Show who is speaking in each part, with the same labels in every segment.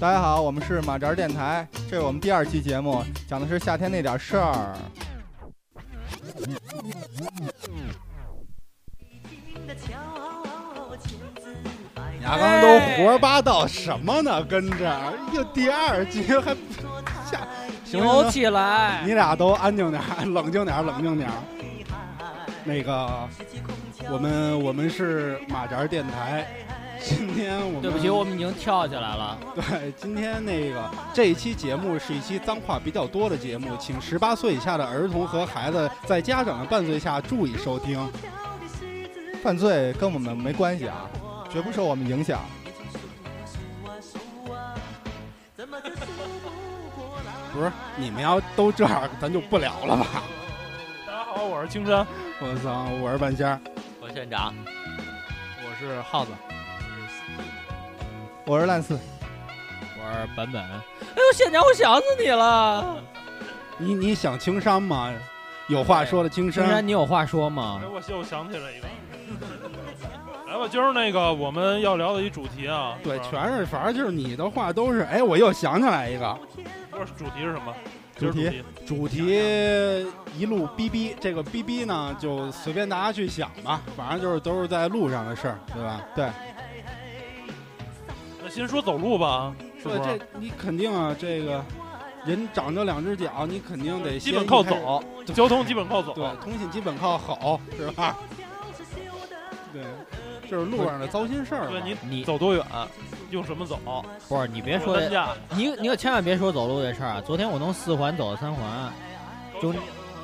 Speaker 1: 大家好，我们是马扎电台，这是我们第二期节目，讲的是夏天那点事儿。
Speaker 2: 你刚刚都胡说八道什么呢？跟着又第二集还下，行了
Speaker 3: 扭起来！
Speaker 2: 你俩都安静点儿，冷静点儿，冷静点儿。那个，我们我们是马扎电台，今天我们
Speaker 3: 对不
Speaker 4: 嗯
Speaker 3: 起，我们已经跳起来了。
Speaker 2: 对今天那个这一期节目是一期脏话比较多的节目，请十八岁以下的儿童和孩子在家长的伴随下注意收听。
Speaker 1: 犯罪跟我们没关系啊，绝不受我们影响。
Speaker 2: 不是你们要都这样，咱就不聊了吧？
Speaker 4: 大家好，我是青山，
Speaker 2: 我操，我是半仙儿。
Speaker 3: 我县长，
Speaker 4: 我是耗子。
Speaker 1: 我是烂四，
Speaker 3: 我是本本。哎呦，县长，我想死你了！
Speaker 4: 嗯
Speaker 2: 你你想青山吗？有话说的青
Speaker 3: 青
Speaker 2: 山，
Speaker 3: 山，你有话说吗
Speaker 4: 哎，？我又想起来 一个。来吧，今儿那个哎我们要聊的一主题啊，
Speaker 2: 对，
Speaker 4: 是吧
Speaker 2: 全是反正就是你的话都是。哎，我又想起来一个
Speaker 4: 不是主题是什么？
Speaker 1: 主题
Speaker 4: 今儿
Speaker 2: 主题，一路逼逼。这个逼逼呢，就随便大家去想吧，反正就是都是在路上的事儿，对吧？
Speaker 4: 那先说走路吧，是不
Speaker 2: 对，
Speaker 4: 是？
Speaker 2: 这你肯定啊，这个人长着两只脚，你肯定得
Speaker 4: 基
Speaker 2: 先
Speaker 4: 本
Speaker 2: 一
Speaker 4: 靠
Speaker 2: 开始
Speaker 4: 走，交通基本靠走。
Speaker 2: 对，通信基本靠吼，是吧？对，就是路上的糟心事儿嘛。
Speaker 4: 对，你
Speaker 3: 你
Speaker 4: 走多远，用什么走？
Speaker 3: 不是你别
Speaker 4: 有
Speaker 3: 说
Speaker 4: 担架。
Speaker 3: 你你可千万别说走路这事儿啊！昨天我从四环走到三环，中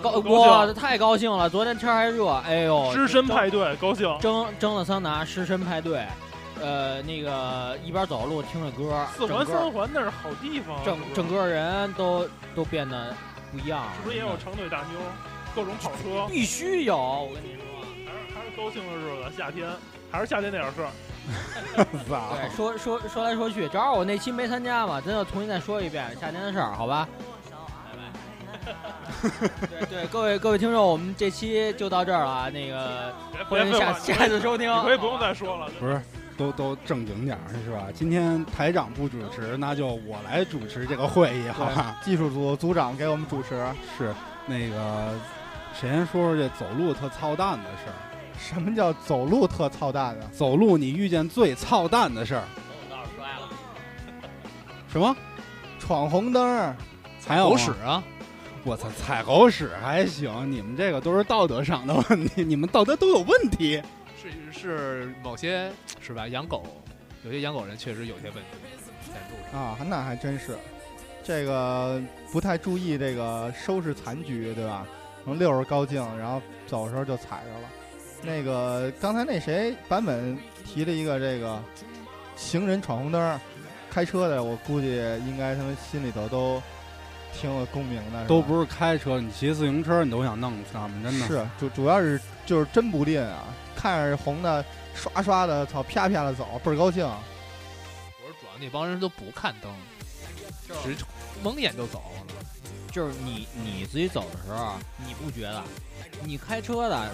Speaker 3: 高
Speaker 4: 嗯高兴
Speaker 3: 哇，太高兴了！昨天天儿还热，哎呦，
Speaker 4: 狮身派对，高兴。
Speaker 3: 蒸蒸的桑拿，湿身派对，呃，那个一边走路听着歌，
Speaker 4: 四
Speaker 3: 整
Speaker 4: 环三
Speaker 3: 个
Speaker 4: 环那是好地方啊，是不
Speaker 3: 整
Speaker 4: 是
Speaker 3: 整个人都都变得不一样了，
Speaker 4: 是不是也有长腿大妞，各种跑车？
Speaker 3: 必须有，我跟你说，
Speaker 4: 还是还是高兴的日子，夏天还是夏天那点事儿。
Speaker 2: 操
Speaker 3: 对，说说说来说去，正好我那期没参加嘛，咱就重新再说一遍夏天的事儿，好吧？ 对对，各位各位听众，我们这期就到这儿了啊，那个
Speaker 4: 别
Speaker 3: 欢迎
Speaker 4: 别废
Speaker 3: 下
Speaker 4: 话，
Speaker 3: 下次收听，哦
Speaker 4: 你可以不用再说了。
Speaker 2: 不是，都都正经点儿是吧？今天台长不主持，那就我来主持这个会议，好吧？
Speaker 1: 技术组组长给我们主持。
Speaker 2: 是，那个，谁先说说这走路特操蛋的事儿？
Speaker 1: 什么叫走路特操蛋啊？
Speaker 2: 走路你遇见最操蛋的事儿？
Speaker 3: 摔了，
Speaker 2: 什么？
Speaker 1: 闯红灯儿，
Speaker 2: 还有吗？
Speaker 3: 啊！
Speaker 2: 我操，踩狗屎还行，你们这个都是道德上的问题， 你们道德都有问题。
Speaker 5: 是是某些是吧？养狗，有些养狗人确实有些问题，在路上。
Speaker 1: 啊，那还真是，这个不太注意这个收拾残局，对吧？能溜着高兴，然后走的时候就踩着了。那个刚才那谁版本提了一个这个行人闯红灯儿，开车的我估计应该他们心里头都挺有共鸣的，是吧
Speaker 2: 都不是开车，你骑自行车你都想弄死他们，真的。
Speaker 1: 是主主要是就是真不吝啊，看着红的刷刷的，操啪啪的走，倍儿高兴。
Speaker 5: 我说主要那帮人都不看灯，直蒙眼就走了。
Speaker 3: 就是你你自己走的时候，啊你不觉得？你开车的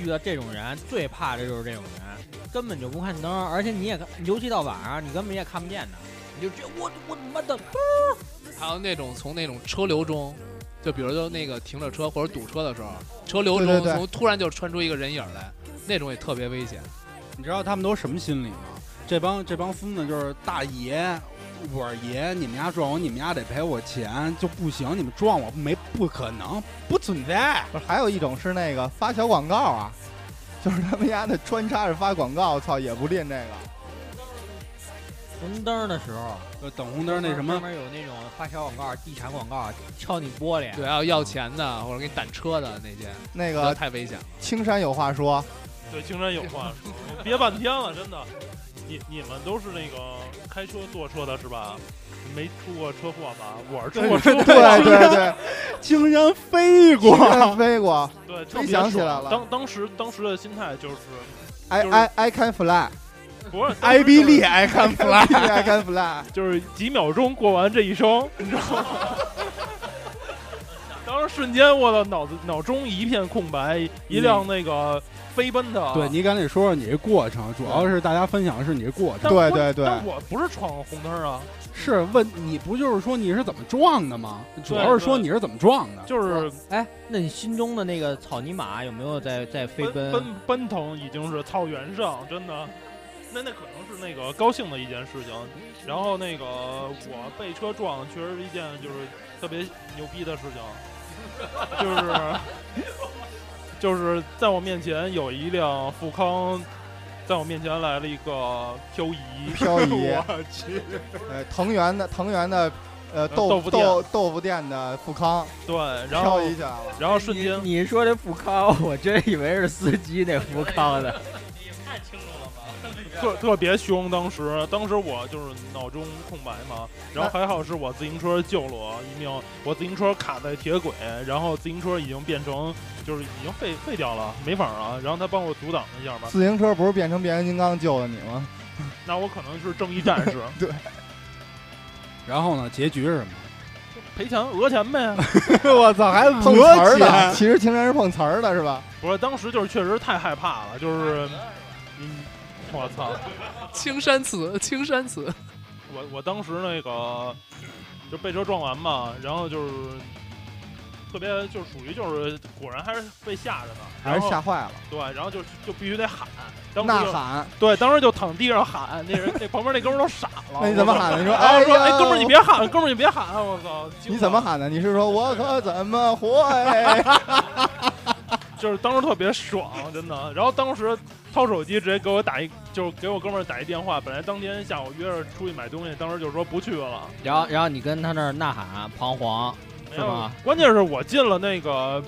Speaker 3: 遇到这种人，最怕的就是这种人，根本就不看灯，而且你也看，尤其到晚上，你根本也看不见的，你就直接我我他妈的，
Speaker 5: 还有那种从那种车流中，就比如说那个停着车或者堵车的时候，车流
Speaker 1: 对
Speaker 5: 中
Speaker 1: 对对
Speaker 5: 从突然就穿出一个人影儿来，那种也特别危险。
Speaker 2: 你知道他们都什么心理吗？这帮这帮孙子就是大爷，我是爷，你们家撞我，你们家得赔我钱，就不行，你们撞我没不可能，不存在。
Speaker 1: 不是，还有一种是那个发小广告啊，就是他们家的穿插着发广告，操也不吝这个。
Speaker 3: 红灯的时候，
Speaker 2: 就等红灯那什么
Speaker 3: 专，门有那种发小广告、地产广告敲你玻璃，啊
Speaker 5: 对，还有要钱的或者给你挡车的那些，
Speaker 1: 那
Speaker 5: 不要
Speaker 1: 个
Speaker 5: 太危险了。
Speaker 1: 青山有话说，
Speaker 4: 对，青山有话说，我憋半天了，真的。你你们都是那个开车坐车的是吧？没出过车祸吧？我是出过车祸，
Speaker 1: 对 对对，
Speaker 2: 竟然飞
Speaker 1: 青
Speaker 2: 过，
Speaker 1: 山飞过
Speaker 4: 对，特
Speaker 1: 真
Speaker 4: 别
Speaker 1: 想起
Speaker 4: 爽
Speaker 1: 来了
Speaker 4: 当当时当时的心态就是，
Speaker 1: ，I I I can fly，I
Speaker 4: 不是
Speaker 2: I
Speaker 4: 当时就是
Speaker 2: believe I can fly。
Speaker 1: I can fly。
Speaker 4: 就是几秒钟过完这一生，你知道吗？当当时瞬间，我的脑子脑中一片空白，一辆那个飞奔 的，啊
Speaker 2: 对你赶紧说说你这过程，主要是大家分享的是你这过程。
Speaker 4: 但我
Speaker 1: 对对对
Speaker 4: 但我不是闯红灯啊，
Speaker 2: 是问你不就是说你是怎么撞的吗？主要是说你是怎么撞的。
Speaker 4: 就是
Speaker 3: 哎，那你心中的那个草泥马有没有在在飞
Speaker 4: 奔
Speaker 3: 奔？
Speaker 4: 奔奔腾已经是草原上，真的。那那可能是那个高兴的一件事情，然后那个我被车撞，确实是一件就是特别牛逼的事情，就是就是在我面前有一辆富康，在我面前来了一个漂移，
Speaker 1: 漂移
Speaker 4: 我去，
Speaker 1: 呃，藤原的藤原的呃
Speaker 4: 呃
Speaker 1: 豆
Speaker 4: 豆腐店
Speaker 1: 豆豆腐店的富康
Speaker 4: 对，然
Speaker 1: 漂
Speaker 4: 后
Speaker 1: 移起来了，
Speaker 4: 然后瞬间
Speaker 3: 你说这富康，我真以为是司机那富康 的。
Speaker 4: 特特别凶，当时当时我就是脑中空白嘛，然后还好是我自行车救了我一命，我自行车卡在铁轨，然后自行车已经变成就是已经废废掉了，没法儿啊，然后他帮我阻挡了一下嘛，
Speaker 1: 自行车不是变成变形金刚救了你 吗？
Speaker 4: 那我可能是正义战士，
Speaker 2: 然后呢，结局是什么？
Speaker 4: 赔钱讹钱呗，
Speaker 2: 我操，还
Speaker 1: 碰词儿的，其实竟然是碰词儿的是吧？
Speaker 4: 不是，当时就是确实太害怕了，就是，嗯，我操，
Speaker 5: 青山瓷，青山瓷，
Speaker 4: 我我当时那个就被车撞完嘛，然后就是特别就是属于就是果然还是被吓着呢，然
Speaker 1: 还
Speaker 4: 后
Speaker 1: 是吓坏了，
Speaker 4: 对，然后就就必须得喊，当时
Speaker 1: 呐
Speaker 4: 就
Speaker 1: 喊，
Speaker 4: 对，当时就躺地上喊，那人那旁边那哥们儿都 傻了。
Speaker 1: 那你怎么
Speaker 4: 我操？
Speaker 1: 喊的？你说
Speaker 4: 然后说：“
Speaker 1: 呀，
Speaker 4: 哎，哥们儿，你别喊，哥们儿，你别喊！”我操！惊
Speaker 1: 你怎么
Speaker 4: 了？
Speaker 1: 喊的？你是说我可怎么活哎？
Speaker 4: 就是当时特别爽，真的。然后当时掏手机直接给我打一，就是给我哥们儿打一电话。本来当天下午约着出去买东西，当时就说不去了。
Speaker 3: 然后，然后你跟他那儿呐喊啊彷徨，
Speaker 4: 没
Speaker 3: 是
Speaker 4: 有
Speaker 3: 吗，
Speaker 4: 关键是我进了那个，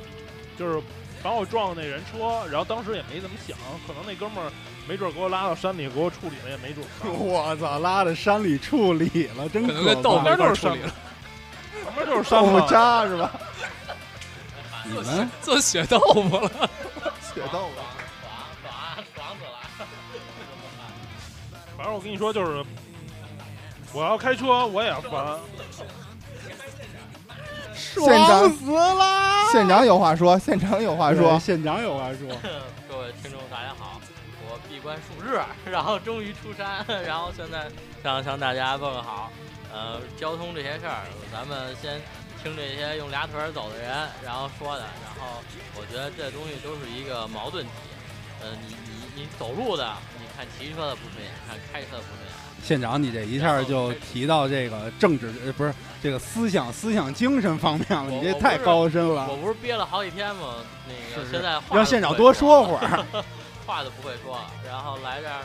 Speaker 4: 就是把我撞的那人车，然后当时也没怎么想，可能那哥们儿没准给我拉到山里给我处理了，也没准。
Speaker 2: 我操，拉到山里处理了，真
Speaker 5: 可 能跟
Speaker 2: 可
Speaker 5: 豆
Speaker 2: 怕
Speaker 4: 那
Speaker 5: 腐一块
Speaker 4: 就
Speaker 5: 儿
Speaker 4: 是
Speaker 5: 处
Speaker 4: 山
Speaker 5: 理了。
Speaker 4: 他妈就是
Speaker 2: 哦
Speaker 4: 山
Speaker 1: 豆腐
Speaker 4: 嘛，
Speaker 1: 渣是吧？
Speaker 2: 你们
Speaker 5: 做血豆腐 了，
Speaker 1: 血豆 腐。
Speaker 6: 啊
Speaker 4: 反正我跟你说，就是我要开车，我也烦。
Speaker 1: 现场
Speaker 2: 死了
Speaker 1: 现场有话说，现场有话说
Speaker 2: 对，县长有话说，
Speaker 6: 各位听众大家好，我闭关数日，然后终于出山，然后现在向向大家问个好。呃，交通这些事儿，咱们先听这些用俩腿儿走的人然后说的，然后我觉得这东西都是一个矛盾体。呃，你你你走路的，你看骑车的不顺眼，看开车的不顺眼。
Speaker 2: 县长你这一下就提到这个政治，呃，不是这个思想、思想精神方面了，
Speaker 6: 我
Speaker 2: 你这太高深
Speaker 6: 我
Speaker 2: 了，
Speaker 6: 不是憋了好几天吗？那个
Speaker 2: 是是
Speaker 6: 现在话
Speaker 2: 让县长多说
Speaker 6: 儿。
Speaker 2: 会儿。
Speaker 6: 话都不会说，然后来这儿，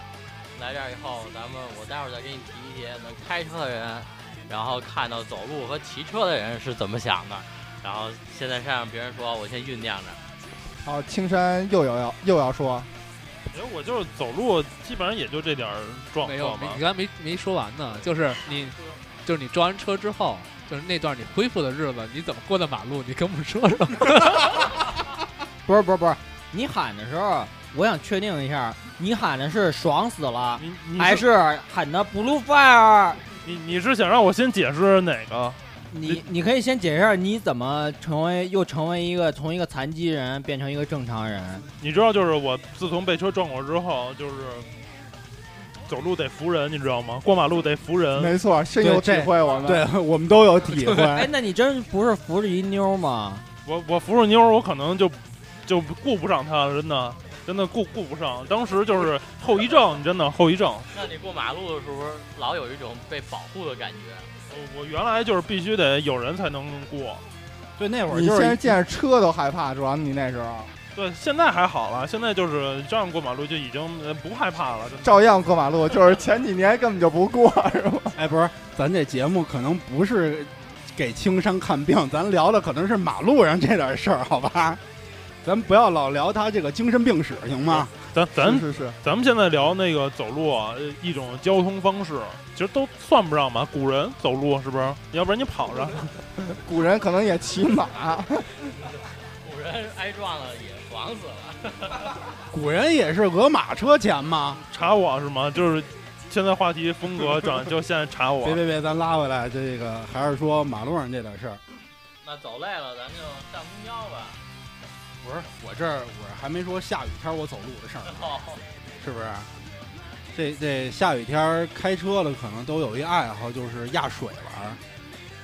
Speaker 6: 来这儿以后，咱们我待会儿再给你提一提能开车的人，然后看到走路和骑车的人是怎么想的，然后现在再让别人说，我先酝酿着。
Speaker 1: 好，青山又有要又要说，
Speaker 4: 因为我就是走路，基本上也就这点儿状
Speaker 5: 没有，
Speaker 4: 况
Speaker 5: 没
Speaker 4: 吧
Speaker 5: 你。刚才没没说完呢，就是你，就是你撞完车之后，就是那段你恢复的日子，你怎么过的马路？你跟我们说说。
Speaker 3: 不是不是不是，你喊的时候，我想确定一下，你喊的是爽死了，
Speaker 4: 你你
Speaker 3: 还是喊的 blue fire？
Speaker 4: 你你是想让我先解释哪个？
Speaker 3: 你你可以先解释一下你怎么成为又成为一个从一个残疾人变成一个正常人。
Speaker 4: 你知道，就是我自从被车撞过之后，就是走路得扶人，你知道吗？过马路得扶人。
Speaker 1: 没错，深有体
Speaker 2: 对这
Speaker 1: 会，我们
Speaker 2: 对我们都有体
Speaker 3: 哎
Speaker 2: 会，，
Speaker 3: 那你真不是扶着一妞吗？
Speaker 4: 我我扶着妞儿，我可能就就顾不上她了，真的真的顾顾不上。当时就是后遗症，真的后遗症。
Speaker 6: 那你过马路的时候，老有一种被保护的感觉。
Speaker 4: 我我原来就是必须得有人才能过。
Speaker 2: 对那会儿
Speaker 1: 你
Speaker 2: 就
Speaker 1: 现在
Speaker 2: 是
Speaker 1: 见着车都害怕，主要你那时候
Speaker 4: 对，现在还好了，现在就是照样过马路就已经呃不害怕了，真的。
Speaker 1: 照样过马路，就是前几年根本就不过，是吧？
Speaker 2: 哎，不是，咱这节目可能不是给青山看病，咱聊的可能是马路上这点事儿，好吧？咱不要老聊他这个精神病史，行 吗？
Speaker 4: 咱咱
Speaker 1: 是是是，
Speaker 4: 咱们现在聊那个走路啊，呃一种交通方式，其实都算不上吧。古人走路是不是？要不然你跑 着，
Speaker 1: 古人可能也骑马，
Speaker 6: 古人挨撞了也爽死了。
Speaker 2: 古人也是讹马车钱吗？
Speaker 4: 查我是吗？就是现在话题风格转，就现在查我
Speaker 2: 别。别别，咱拉回来，这个还是说马路上这点事儿。
Speaker 6: 那走累了，咱就上公交吧。
Speaker 2: 不是，我这儿我还没说下雨天我走路的事儿呢，是不是？这这下雨天儿开车了，可能都有一爱好，就是压水玩儿，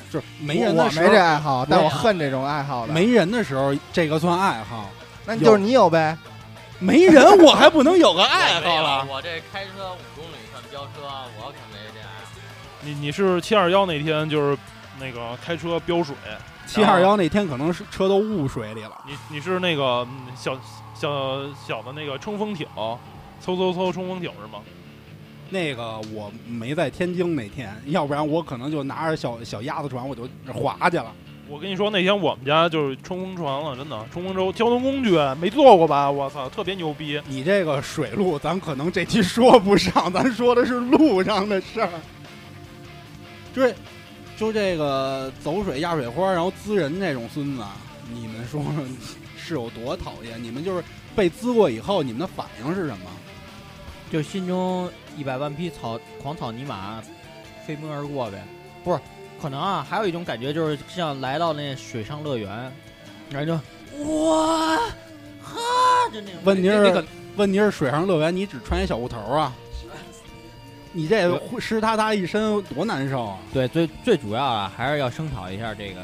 Speaker 2: 就是 没人
Speaker 1: 我
Speaker 2: 的
Speaker 1: 没
Speaker 2: 时候
Speaker 1: 这爱好，但
Speaker 2: 我
Speaker 1: 我恨这种爱好的。
Speaker 2: 没，人的时候，这个算爱好。
Speaker 1: 那你就是你有呗。
Speaker 2: 没人，我还不能有个爱
Speaker 6: 我没
Speaker 2: 好
Speaker 6: 有
Speaker 2: 了？
Speaker 6: 我这开车五公里算飙车，我可没这样。
Speaker 4: 你你是七二幺那天就是那个开车飙水，
Speaker 2: 七二幺那天可能是车都误水里了，
Speaker 4: 你你是那个嗯小小小的那个冲锋艇，嗖嗖嗖冲锋艇是吗？
Speaker 2: 那个我没在天津那天，要不然我可能就拿着小小鸭子船我就划去了。
Speaker 4: 我跟你说，那天我们家就是冲锋船了，真的冲锋舟交通工具没坐过吧？我操，特别牛逼！
Speaker 2: 你这个水路，咱可能这期说不上，咱说的是路上的事儿。就是，就这个走水压水花，然后滋人这种孙子，啊你们说说是有多讨厌？你们就是被滋过以后，你们的反应是什么？
Speaker 3: 就心中一百万匹草狂草泥马飞奔而过呗。不是，可能啊，还有一种感觉就是像来到那水上乐园，然后就哇哈，就那种
Speaker 2: 问题
Speaker 5: 那那
Speaker 2: 是
Speaker 5: 个，
Speaker 2: 问题是水上乐园，你只穿一小裤头啊？你这湿哒哒一身多难受啊！
Speaker 3: 对，最最主要啊，还是要声讨一下这个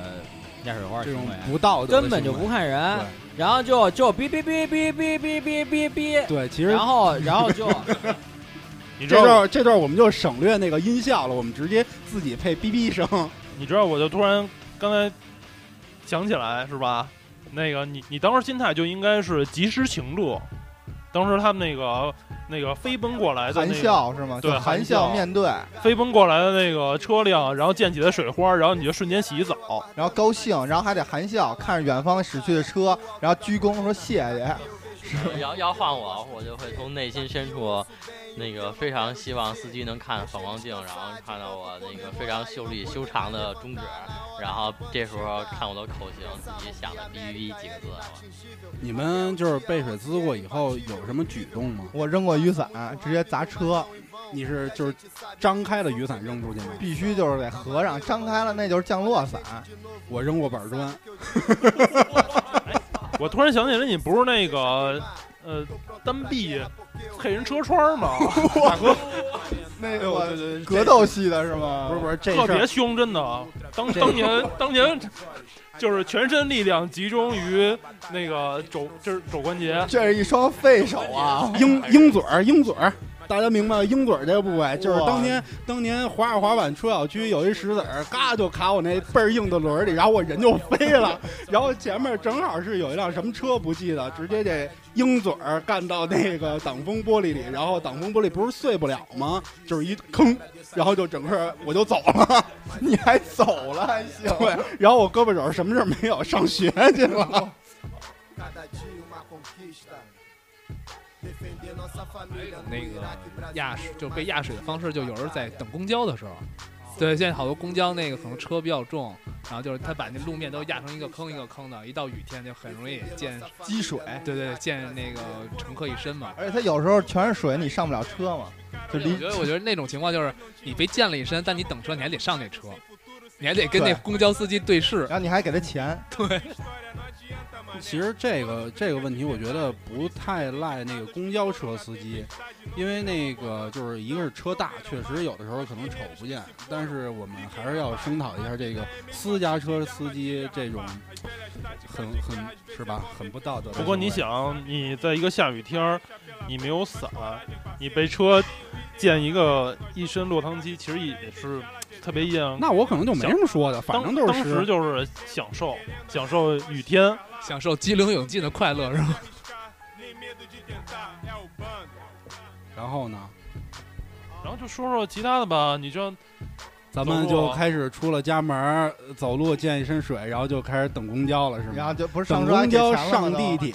Speaker 3: 压水花
Speaker 2: 这
Speaker 3: 行
Speaker 2: 种
Speaker 3: 为，啊
Speaker 2: 不道德的
Speaker 3: 根本就不
Speaker 2: 行
Speaker 3: 看人，然后就就哔哔哔哔哔哔哔哔哔，
Speaker 2: 为对。其实
Speaker 3: 然后然后就
Speaker 4: 你
Speaker 2: 这
Speaker 4: 知道，
Speaker 2: 段这段我们就省略那个音效了，我们直接自己配哔哔声。
Speaker 4: 你知道，我就突然刚才想起来是吧？那个你你当时心态就应该是及时行乐。当时他们那个那个飞奔过来的
Speaker 1: 含
Speaker 4: 那个
Speaker 1: 笑是吗？
Speaker 4: 对
Speaker 1: 就含
Speaker 4: 含笑
Speaker 1: 笑面对，
Speaker 4: 飞奔过来的那个车辆，然后溅起的水花，然后你就瞬间洗澡。
Speaker 1: 然后高兴，然后还得含笑看着远方驶去的车，然后鞠躬说谢谢。
Speaker 6: 要要换我，我就会从内心深处，那个非常希望司机能看反光镜，然后看到我那个非常秀丽修长的中指，然后这时候看我的口型，自己想的“哔哔哔”几个字，啊
Speaker 2: 你们就是被水滋过以后有什么举动吗？
Speaker 1: 我扔过雨伞，直接砸车，
Speaker 2: 你是就是张开了雨伞扔出去吗？
Speaker 1: 必须就是得合上，张开了那就是降落伞。
Speaker 2: 我扔过板砖，
Speaker 4: 我突然想起来，你不是那个呃单臂配人车窗吗？大哥，
Speaker 1: 那
Speaker 2: 呦对对
Speaker 1: 个
Speaker 2: 对
Speaker 1: 格斗系的是吗？
Speaker 2: 不是不
Speaker 1: 是，
Speaker 2: 是这
Speaker 4: 特
Speaker 2: 事
Speaker 4: 别
Speaker 2: 儿，
Speaker 4: 凶，真的。当当年当年就是全身力量集中于那个肘，就是肘关节。
Speaker 1: 这是一双废手啊！
Speaker 2: 鹰鹰嘴儿，鹰嘴儿。大家明白鹰嘴儿这个部位，就是
Speaker 1: 哇
Speaker 2: 当年当年滑着滑板出小区，有一石子儿，嘎就卡我那倍儿硬的轮儿里，然后我人就飞了，然后前面正好是有一辆什么车不记得，直接这鹰嘴儿干到那个挡风玻璃里，然后挡风玻璃不是碎不了吗？就是一坑，然后就整个我就走了。
Speaker 1: 你还走了还行？
Speaker 2: 对，然后我胳膊肘什么事儿没有，上学去 了。
Speaker 5: 那个压水就被压水的方式，就有时候在等公交的时候，对，现在好多公交那个可能车比较重，然后就是他把那路面都压成一个坑一个坑的，一到雨天就很容易溅，哎
Speaker 1: 积水，
Speaker 5: 对对，溅那个乘客一身嘛。
Speaker 1: 而且它有时候全是水，你上不了车嘛，就
Speaker 5: 我
Speaker 1: 离
Speaker 5: 觉得，我觉得那种情况就是你被溅了一身，但你等车，你还得上那车，你还得跟那
Speaker 1: 对
Speaker 5: 公交司机对视。
Speaker 1: 然后你还给他钱，
Speaker 2: 其实这个这个问题，我觉得不太赖那个公交车司机，因为那个就是一个是车大，确实有的时候可能瞅不见，但是我们还是要声讨一下这个私家车司机这种很很是吧，很不道德的行为。
Speaker 4: 不过你想，你在一个下雨天儿，你没有伞，你被车溅一个一身落汤鸡，其实也是特别阴阳
Speaker 2: 那我可能就没什么说的，反正
Speaker 4: 当
Speaker 2: 都
Speaker 4: 当
Speaker 2: 是
Speaker 4: 时
Speaker 2: 湿。
Speaker 4: 就是享受享受雨天，
Speaker 5: 享受激流勇进的快乐是吧？
Speaker 2: 然后呢，
Speaker 4: 然后就说说其他的吧。你就
Speaker 2: 咱们
Speaker 4: 走路
Speaker 2: 就
Speaker 4: 啊
Speaker 2: 开始出了家门儿，走路溅一身水，然后就开始等公交了，是吗？
Speaker 1: 然后就不是上
Speaker 2: 嗯等
Speaker 1: 车还
Speaker 2: 公
Speaker 1: 给
Speaker 2: 交
Speaker 1: 钱了
Speaker 2: 上
Speaker 1: 吗
Speaker 2: 地
Speaker 1: 都
Speaker 2: 铁，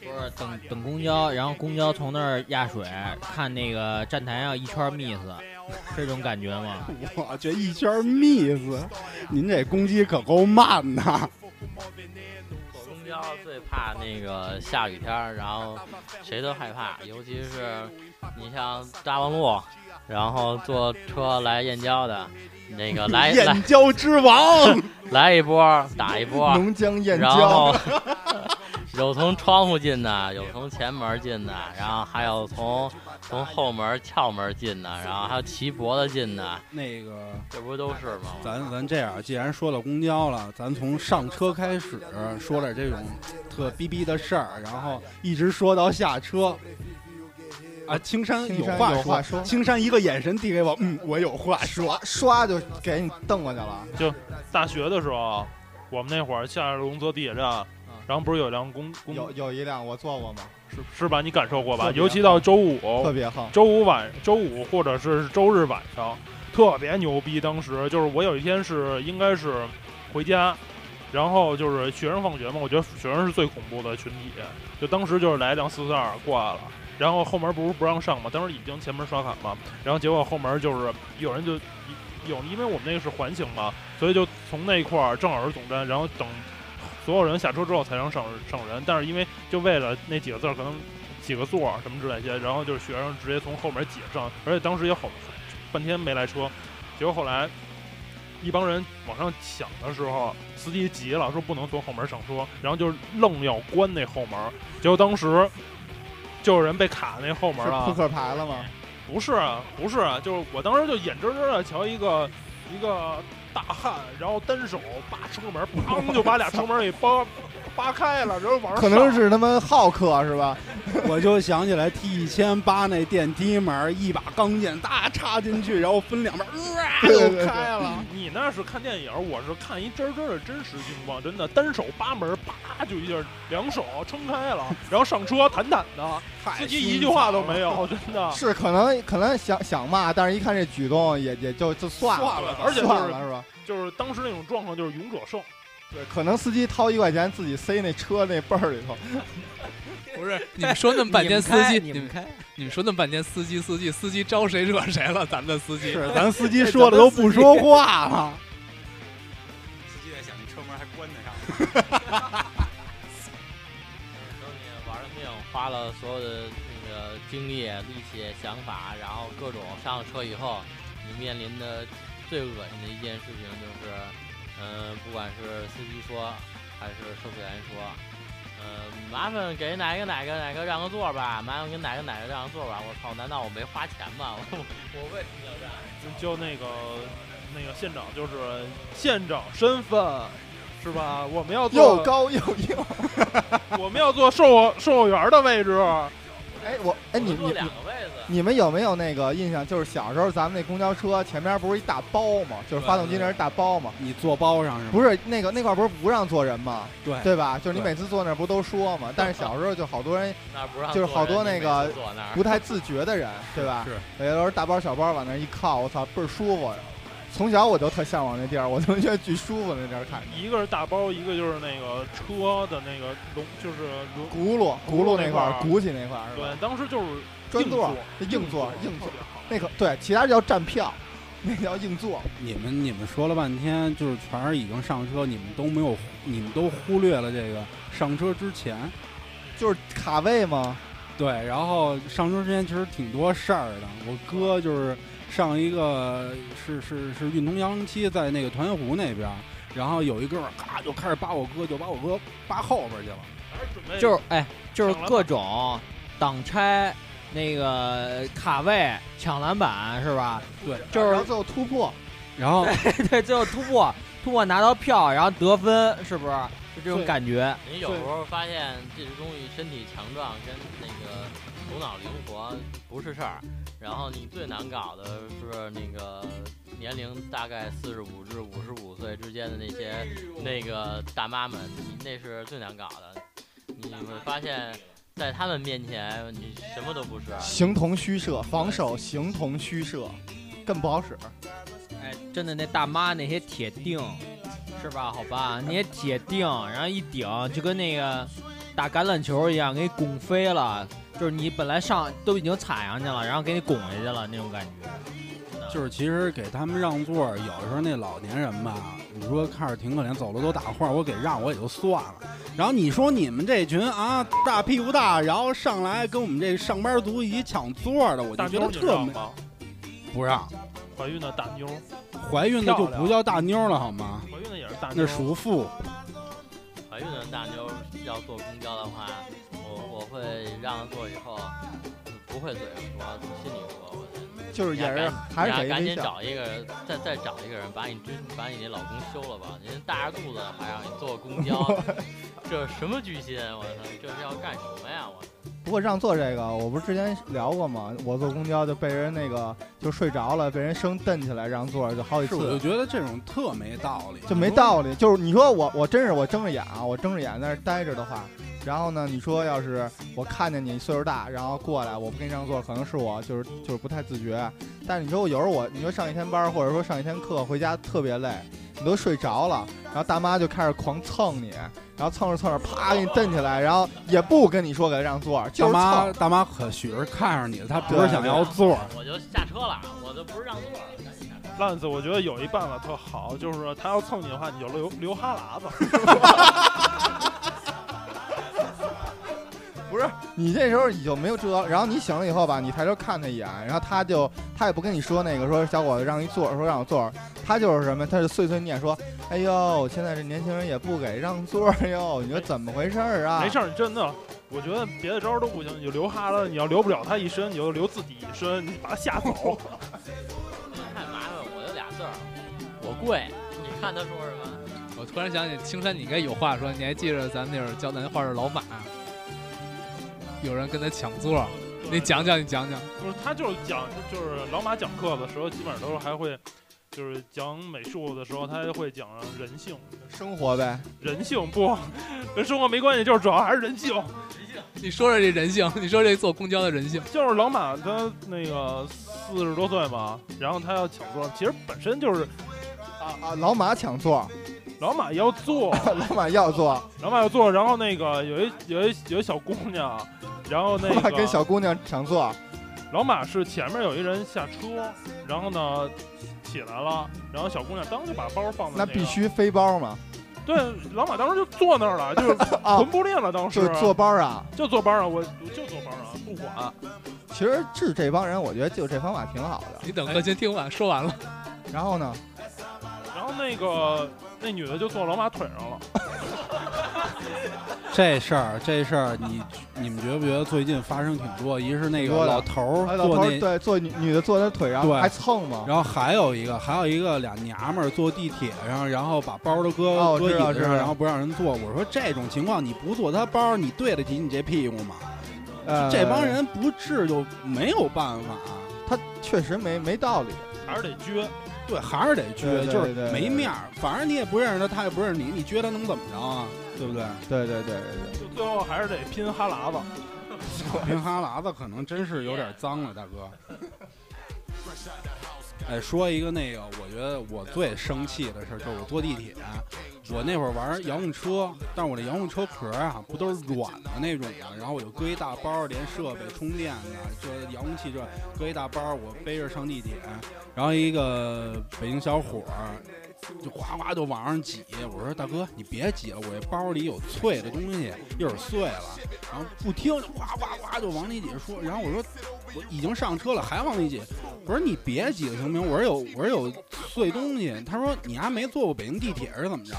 Speaker 3: 不是等等公交，然后公交从那儿压水，看那个站台上一圈 miss，这种感觉吗？
Speaker 2: 我去一圈蜜子，您这攻击可够慢的。
Speaker 6: 走公交最怕那个下雨天儿，然后谁都害怕，尤其是你像大望路，然后坐车来燕郊的，那个 来来
Speaker 1: 燕郊之 王，
Speaker 6: 来一波，打一波，
Speaker 1: 浓江燕
Speaker 6: 然
Speaker 1: 郊，
Speaker 6: 后 有从窗户进的，有从前门进的，然后还有从从后门撬门进的，然后还有骑脖子进的，
Speaker 2: 那个
Speaker 6: 这不都是吗？
Speaker 2: 咱咱这样，既然说到公交了，咱从上车开始说点这种特逼逼的事儿，然后一直说到下车。啊，青山
Speaker 1: 青山
Speaker 2: 话
Speaker 1: 有话
Speaker 2: 说，
Speaker 1: 说，
Speaker 2: 青山一个眼神递给我，嗯，我有话说。
Speaker 1: 刷刷就给你瞪过去了。
Speaker 4: 大学的时候，我们那会儿下龙泽地铁站，然后不是啊有辆公公
Speaker 1: 有有一辆我坐过吗？
Speaker 4: 是是吧？你感受过吧
Speaker 1: 特？别
Speaker 4: 尤其到周
Speaker 1: 特
Speaker 4: 五，
Speaker 1: 别横，
Speaker 4: 周五晚、周五或者是周日晚上，特别牛逼。当时就是我有一天是应该是回家，然后就是学生放学嘛，我觉得学生是最恐怖的群体。就当时就是来一辆四四二挂了。然后后门不是不让上嘛，当时已经前门刷卡嘛，然后结果后门就是有人就有，因为我们那个是环形嘛，所以就从那一块儿正好是总站，然后等所有人下车之后才能上上人，但是因为就为了那几个字儿，可能几个座儿什么之类些，然后就是学生直接从后门挤上，而且当时也好半天没来车，结果后来一帮人往上抢的时候，司机急了，说不能从后门上车，然后就是愣要关那后门，啊结果当时就有人被卡那后门
Speaker 1: 是
Speaker 4: 了
Speaker 1: 扑，克牌了吗？
Speaker 4: 不是啊，不是啊，就是我当时就眼睁睁的瞧一个一个大汉，然后单手扒车门，砰就把俩车门给扒 扒开了，然后往上
Speaker 1: 可能是他妈好客是吧？
Speaker 2: 我就想起来 T 一千八那电梯门，一把钢剑哒插进去，然后分两半， 呃、
Speaker 1: 对对
Speaker 2: 就
Speaker 1: 对
Speaker 2: 开了。
Speaker 4: 你你那是看电影，我是看一真真的真实情况，真的单手扒门，啪就一下两手撑开了，然后上车坦坦的，
Speaker 1: 哎
Speaker 4: 司机一句话都没有， 真的。
Speaker 1: 是可能可能想想骂，但是一看这举动也也就就算了，
Speaker 4: 算了而且就是
Speaker 1: 算了是吧？
Speaker 4: 就是当时那种状况，就是勇者胜。
Speaker 1: 对，可能司机掏一块钱自己塞那车那背儿里头，
Speaker 5: 不是， 你们说那么半天司
Speaker 3: 你
Speaker 5: 机，你
Speaker 3: 们
Speaker 5: 们
Speaker 3: 开，
Speaker 5: 你们说那么半天司机司机司机招谁惹谁了？咱们的司机
Speaker 2: 是，咱司机说的都不说话了。
Speaker 7: 司机在想，你车门还关得上。
Speaker 6: 说你玩了命，花了所有的那个精力、力气、想法，然后各种上了车以后，你面临的最恶心的一件事情就是，嗯、不管是司机说还是售票员说，嗯、麻烦给哪个哪个哪个让个座吧，麻烦给哪个哪个让个座吧。我操，难道我没花钱吗？我我为什么要让？
Speaker 4: 就那个那个县长，就是县长身份，是吧？我们要
Speaker 1: 又
Speaker 4: 做，
Speaker 1: 高又硬。
Speaker 4: 我们要做售售货员的位置。
Speaker 1: 哎，我哎你
Speaker 6: 坐
Speaker 1: 你
Speaker 6: 两
Speaker 1: 你
Speaker 6: 个位子。
Speaker 1: 你们有没有那个印象？就是小时候咱们那公交车前面不是一大包吗？就是发动机那是大包吗？
Speaker 2: 你坐包上是吗？
Speaker 1: 不是那个那块不是不让坐人吗？
Speaker 2: 对
Speaker 1: 对吧？就是你
Speaker 2: 对
Speaker 1: 每次坐那儿不都说吗？但是小时候就好多人
Speaker 6: 那儿不让
Speaker 1: 就
Speaker 6: 坐
Speaker 1: 是
Speaker 6: 人，
Speaker 1: 好多
Speaker 6: 你
Speaker 1: 那
Speaker 6: 每
Speaker 1: 个
Speaker 6: 次坐那儿
Speaker 1: 不太自觉的人，对吧？
Speaker 2: 是，
Speaker 1: 有的时候大包小包往那儿一靠，我操，倍儿舒服呀。啊从小我就特向往那地儿，我就觉得巨舒服那地儿看着。
Speaker 4: 一个是大包，一个就是那个车的那个龙，就是轮。
Speaker 1: 轱辘轱辘那块儿，
Speaker 4: 轱辘那块儿
Speaker 1: 鼓起那块儿是
Speaker 4: 对
Speaker 1: 吧？，
Speaker 4: 当时就是
Speaker 1: 专座
Speaker 4: 座，
Speaker 1: 硬座硬
Speaker 4: 特
Speaker 1: 座，
Speaker 4: 别好
Speaker 1: 那可对，其他叫站票，那叫硬座。
Speaker 2: 你们你们说了半天，就是全是已经上车，你们都没有，你们都忽略了这个上车之前。
Speaker 1: 就是卡位嘛，
Speaker 2: 对，然后上车之前其实挺多事儿的。我哥就是上一个是是是运通阳七在那个团圆湖那边儿，然后有一哥们儿咔就开始扒我哥，就把我哥扒后边儿去了。
Speaker 4: 还是准备
Speaker 3: 就是哎，就是各种挡拆。那个卡位抢篮板是吧？
Speaker 2: 对，
Speaker 3: 就是
Speaker 1: 然后最后突破，
Speaker 2: 然后
Speaker 3: 对，最后突破，突破拿到票，然后得分，是不是？就这种
Speaker 1: 对
Speaker 3: 感觉。
Speaker 6: 你有时候发现这些东西身体强壮跟那个头脑灵活不是事儿，然后你最难搞的是那个年龄大概四十五至五十五岁之间的那些那个大妈们，你那是最难搞的。你会发现在他们面前你什么都不是，
Speaker 1: 形同虚设，防守形同虚设，更不好使。
Speaker 3: 哎，真的那大妈那些铁锭，是吧？好吧，那些铁锭，然后一顶就跟那个打橄榄球一样，给你拱飞了。就是你本来上都已经踩上去了，然后给你拱下去了那种感觉。
Speaker 2: 就是其实给他们让座儿，有的时候那老年人吧，你说看着挺可怜，走路都打晃，我给让我也就算了。然后你说你们这群啊大屁股大，然后上来跟我们这上班族一起抢座儿的，我
Speaker 4: 大
Speaker 2: 就觉
Speaker 4: 妞
Speaker 2: 得
Speaker 4: 你
Speaker 2: 特
Speaker 4: 让
Speaker 2: 没
Speaker 4: 吗？
Speaker 2: 不让。
Speaker 4: 怀孕的大妞，
Speaker 2: 怀孕的就不叫大妞了好吗？
Speaker 4: 怀孕的也是大妞，
Speaker 2: 那熟妇，
Speaker 6: 怀孕的大妞要坐公交的话，我我会让她坐以后，嗯不会嘴上说，从心里说。我
Speaker 1: 就是也是还是
Speaker 6: 呀
Speaker 1: 给
Speaker 6: 赶
Speaker 1: 微
Speaker 6: 紧
Speaker 1: 笑。
Speaker 6: 找一个人，再再找一个人，把你真把你那老公休了吧！您大着肚子还让你坐 公交，这什么居心？啊我操，这是要干什么呀？我
Speaker 1: 不过让座这个，我不是之前聊过吗？我坐公交就被人那个就睡着了，被人生蹬起来让座，就好几
Speaker 2: 是我就
Speaker 1: 次，
Speaker 2: 觉得这种特没道理，
Speaker 1: 就没道理。就是你说我我真是我睁着眼啊，我睁着眼在那儿待着的话，然后呢，你说要是我看见你岁数大，然后过来我不给你让座，可能是我就是就是不太自觉。但你说我有时候我你说上一天班或者说上一天课回家特别累，你都睡着了，然后大妈就开始狂蹭你，然后蹭着蹭着啪给你蹬起来，然后也不跟你说给他让座，就
Speaker 2: 大妈。
Speaker 1: 是蹭
Speaker 2: 大妈可许是看上你的，她不是想要座儿，
Speaker 6: 我就下车了，我就不是让座了，赶紧下车。
Speaker 4: 烂子，我觉得有一办法特好，就是说他要蹭你的话，你就留留哈喇子。
Speaker 1: 不是你这时候你就没有辙，然后你醒了以后吧，你抬头看他一眼，然后他就他也不跟你说那个说小伙子让一坐，说让我坐，他就是什么，他就碎碎念说，哎呦，现在这年轻人也不给让座哟，你说怎么回事儿啊？
Speaker 4: 没事，儿，你真的，我觉得别的招儿都不行，你就留哈喇，你要留不了他一身，你就留自己一身，你把他 吓走。
Speaker 6: 太麻烦了，我就俩字儿，我跪。你看他说什么？
Speaker 5: 我突然想起青山，你应该有话说。你还记着咱们那会儿教咱画室老马，有人跟他抢座，你讲讲，你讲讲。
Speaker 4: 就是他就是讲，就是老马讲课的时候，基本上都是还会，就是讲美术的时候，他还会讲人性，
Speaker 1: 生活呗，
Speaker 4: 人性不跟生活没关系，就是主要还是人性。
Speaker 5: 你说说这人性，你说这坐公交的人性。
Speaker 4: 就是老马他那个四十多岁嘛，然后他要抢座，其实本身就是
Speaker 1: 啊啊，老马抢座，
Speaker 4: 老马要坐，
Speaker 1: 老马要坐，
Speaker 4: 老马要坐，然后那个有一有一有一小姑娘，然后那
Speaker 1: 老马
Speaker 4: 个
Speaker 1: 跟小姑娘抢座，
Speaker 4: 老马是前面有一人下车，然后呢起来了，然后小姑娘当就把包放在、
Speaker 1: 那
Speaker 4: 个
Speaker 1: 必须飞包嘛，
Speaker 4: 对，老马当时就坐那儿了， 就是
Speaker 1: 啊
Speaker 4: 魂，不吝了，当时
Speaker 1: 就是坐包啊。
Speaker 4: 就坐班儿啊，我我就坐班儿啊，不管。
Speaker 1: 其实治这帮人，我觉得就这方法挺好的。
Speaker 5: 你等何先听完说完了，
Speaker 1: 然后呢，
Speaker 4: 然后那个那女的就坐老马腿上了，
Speaker 2: 这事儿，这事儿，你你们觉不觉得最近发生挺多？一是那个
Speaker 1: 挺多的
Speaker 2: 老头
Speaker 1: 哎
Speaker 2: 儿
Speaker 1: 老
Speaker 2: 坐
Speaker 1: 头
Speaker 2: 那
Speaker 1: 儿，对坐女女的坐他腿上
Speaker 2: 对
Speaker 1: 还蹭嘛，
Speaker 2: 然后还有一个，还有一个俩娘们儿坐地铁上，然后把包都搁、
Speaker 1: 哦我
Speaker 2: 搁
Speaker 1: 知道
Speaker 2: 椅
Speaker 1: 知
Speaker 2: 子
Speaker 1: 道
Speaker 2: 上，然后不让人坐。我说这种情况你不坐他包，你对得起你这屁股吗？
Speaker 1: 呃
Speaker 2: 这帮人不治就没有办法。啊
Speaker 1: 他确实没没道理，
Speaker 4: 还是得撅。
Speaker 2: 对，还是得
Speaker 1: 对
Speaker 2: 撅，
Speaker 1: 对
Speaker 2: 就是
Speaker 1: 对
Speaker 2: 没
Speaker 1: 对
Speaker 2: 面儿。反正你也不认识他，他也不认识你，你撅他能怎么着啊？对不对？
Speaker 1: 对对对对
Speaker 4: 就最后还是得拼哈喇子。
Speaker 2: 平哈喇子可能真是有点脏了，大哥。 哎，说一个那个，我觉得我最生气的事儿就是我坐地铁，我那会儿玩遥控车，但是我这遥控车壳啊不都是软的那种的，然后我就搁一大包，连设备、充电的，这遥控器这搁一大包，我背着上地铁，然后一个北京小伙儿就哗哗就往上挤，我说大哥你别挤了，我这包里有脆的东西，一会儿碎了。然后不听，就哗哗哗就往里挤说，然后我说我已经上车了还往里挤，我说你别挤了行不行？我说有我说有碎东西，他说你还没坐过北京地铁是怎么着？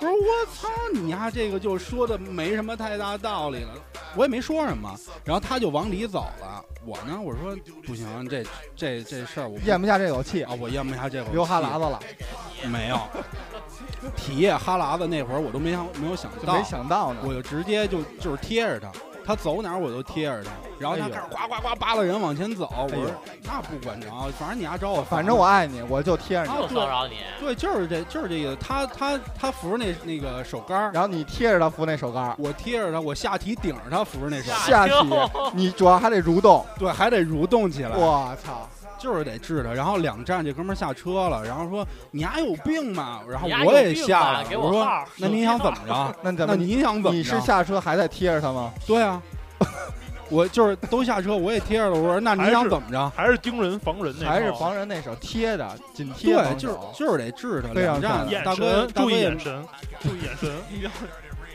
Speaker 2: 我说我操你丫这个就说的没什么太大道理了，我也没说什么，然后他就往里走了，我呢我说不行，这这这事儿我
Speaker 1: 对，
Speaker 2: 不
Speaker 1: 咽不下这口气，
Speaker 2: 啊我咽不下这口
Speaker 1: 流哈喇
Speaker 2: 子
Speaker 1: 子了，
Speaker 2: 没有，体液哈喇子那会儿我都没想没有想
Speaker 1: 就
Speaker 2: 到
Speaker 1: 没。想到呢。
Speaker 2: 我就直接就就是贴着他，他走哪儿我就贴着他，然后他
Speaker 1: 哎呦
Speaker 2: 开始哗哗哗扒拉人往前走，我
Speaker 1: 哎呦
Speaker 2: 说那不管着，啊反正你丫找我烦，
Speaker 1: 反正我爱你，我就贴着你，
Speaker 2: 啊
Speaker 6: 又
Speaker 2: 对
Speaker 6: 骚扰你，
Speaker 2: 对就是这就是这个，他他他扶着那那个手杆儿，
Speaker 1: 然后你贴着他扶那手杆儿，
Speaker 2: 我贴着他，我下体顶着他扶着那手，
Speaker 1: 下体
Speaker 6: 哟
Speaker 1: 你主要还得蠕动。
Speaker 2: 对，还得蠕动起来，
Speaker 1: 我操！
Speaker 2: 就是得治他。然后两站这哥们儿下车了，然后说你丫有病吧，然后
Speaker 6: 你丫
Speaker 2: 我
Speaker 6: 有
Speaker 2: 也
Speaker 6: 病
Speaker 2: 下
Speaker 6: 吧
Speaker 2: 来
Speaker 6: 给
Speaker 2: 了，
Speaker 6: 我
Speaker 2: 我说
Speaker 6: 号儿
Speaker 2: 那你想怎么着？啊
Speaker 1: 那怎
Speaker 2: 那
Speaker 1: 么你
Speaker 2: 你想怎么
Speaker 1: 你
Speaker 2: 着
Speaker 1: 是？下车还在贴着他吗？
Speaker 2: 对啊， 我就是都下车，我也贴着了。我说那你
Speaker 4: 还
Speaker 2: 想
Speaker 4: 是
Speaker 2: 怎么着？
Speaker 4: 还是盯人防人那
Speaker 1: 还是
Speaker 4: 套
Speaker 1: 防人那手贴着，紧贴
Speaker 2: 对，
Speaker 1: 防
Speaker 2: 就是
Speaker 1: 手。
Speaker 2: 就是得治他。
Speaker 1: 非常
Speaker 2: 两站
Speaker 4: 啊眼
Speaker 2: 大哥，
Speaker 4: 神，
Speaker 2: 大
Speaker 4: 注
Speaker 2: 哥
Speaker 4: 意
Speaker 2: 也
Speaker 4: 眼神，注意 眼神。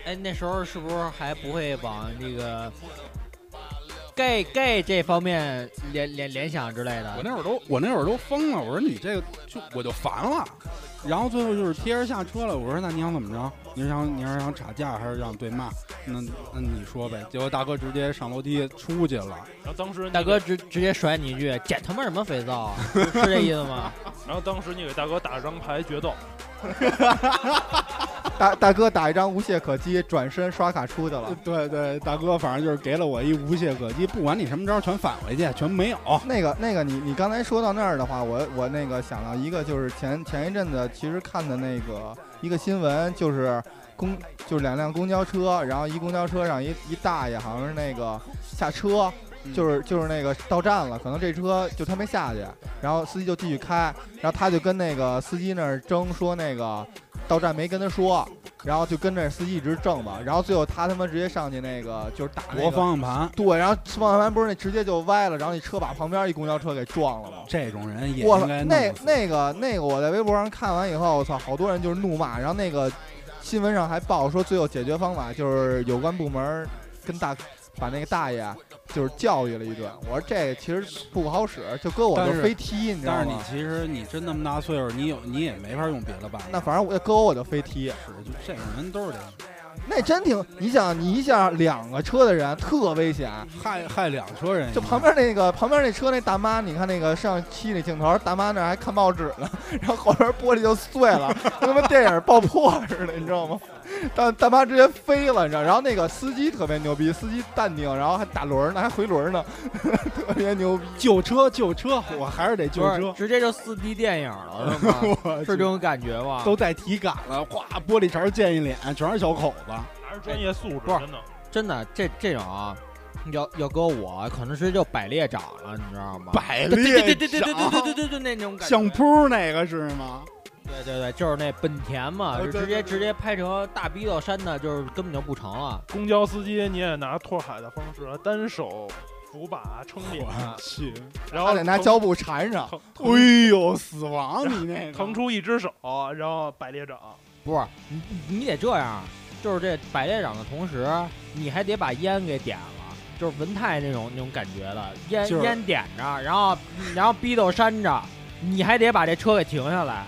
Speaker 3: 哎，那时候是不是还不会往那个 gay gay 这方面联联联想之类
Speaker 2: 我
Speaker 3: 的。
Speaker 2: 那会儿都我那会儿都疯了，我说你这个就我就烦了，然后最后就是贴着下车了。我说那你想怎么着？你是想你是想吵架还是想对骂？那那你说呗。结果大哥直接上楼梯出去了，
Speaker 4: 然后当时你
Speaker 3: 大
Speaker 4: 给
Speaker 3: 哥，直直接甩你一句：“捡他妈什么肥皂 啊？”是这意思吗？
Speaker 4: 然后当时你给大哥打了张牌决斗，
Speaker 1: 大大哥打一张无懈可击，转身刷卡出去了。
Speaker 2: 呃对对，大哥反正就是给了我一无懈可击，不管你什么招全返回去，全没有。
Speaker 1: 那个那个你，你刚才说到那儿的话，我我那个想到一个，就是前前一阵子其实看的那个一个新闻，就是公就是两辆公交车，然后一公交车上一一大爷好像是那个下车，就是就是那个到站了，可能这车就他没下去，然后司机就继续开，然后他就跟那个司机那儿争说那个到站没跟他说，然后就跟着司机一直争嘛，然后最后他他妈直接上去那个就是打那
Speaker 2: 夺
Speaker 1: 个
Speaker 2: 方向盘，
Speaker 1: 对，然后方向盘不是那直接就歪了，然后那车把旁边一公交车给撞了吗？
Speaker 2: 这种人也
Speaker 1: 我
Speaker 2: 应
Speaker 1: 操，
Speaker 2: 该
Speaker 1: 那
Speaker 2: 弄死
Speaker 1: 那个那个，我在微博上看完以后，我操，好多人就是怒骂，然后那个新闻上还报说最后解决方法就是有关部门跟大把那个大爷就是教育了一顿。我说这其实不好使，就搁我
Speaker 2: 但
Speaker 1: 就是飞踢，你知
Speaker 2: 但
Speaker 1: 道
Speaker 2: 是你
Speaker 1: 吗？
Speaker 2: 其实你真那么大岁数，你有你也没法用别的办法。
Speaker 1: 那反正我搁我我就飞踢，
Speaker 2: 是就这种人都是这样，
Speaker 1: 那真挺，你想你一下两个车的人特危险，
Speaker 2: 害害两车人一样。
Speaker 1: 就旁边那个旁边那车那大妈，你看那个上期那镜头，大妈那儿还看报纸呢，然后后边玻璃就碎了，跟他妈电影爆破似的，你知道吗？大大妈直接飞了，你知道？然后那个司机特别牛逼，司机淡定，然后还打轮呢，还回轮呢， 特别牛逼。
Speaker 2: 救车救车，我还是得救
Speaker 3: 不是
Speaker 2: 车。
Speaker 3: 直接就四 D 电影了是吗？是这种感觉吗？
Speaker 2: 都带体感了，哗，玻璃碴溅一脸，全是小口子。
Speaker 4: 还是
Speaker 1: 哎
Speaker 4: 专业素质，
Speaker 3: 不是
Speaker 4: 真的。
Speaker 3: 真的这这种啊，要要搁我，可能直接就百裂掌了，你知道吗？
Speaker 2: 百
Speaker 3: 对
Speaker 2: 裂
Speaker 3: 对对对对对对对对对，那种感觉。
Speaker 2: 相扑那个是吗？
Speaker 3: 对对对，就是那本田嘛，
Speaker 2: 呃
Speaker 3: 就
Speaker 2: 对
Speaker 3: 直接
Speaker 2: 对对
Speaker 3: 直接拍成大逼斗山的，就是根本就不成了。
Speaker 4: 公交司机你也拿拓海的方式，单手扶把撑脸，
Speaker 2: 我去，
Speaker 4: 然
Speaker 1: 他
Speaker 4: 后
Speaker 1: 得拿
Speaker 4: 腾
Speaker 1: 胶布缠上，
Speaker 4: 腾腾
Speaker 2: 哎呦，死亡你那个
Speaker 4: 腾出一只手，然后摆列掌，
Speaker 3: 不是，你你你得这样，啊就是这摆列掌的同时，你还得把烟给点了，就是文泰那种那种感觉的，烟、
Speaker 2: 就是
Speaker 3: 烟点着，然后然后逼斗山着，你还得把这车给停下来，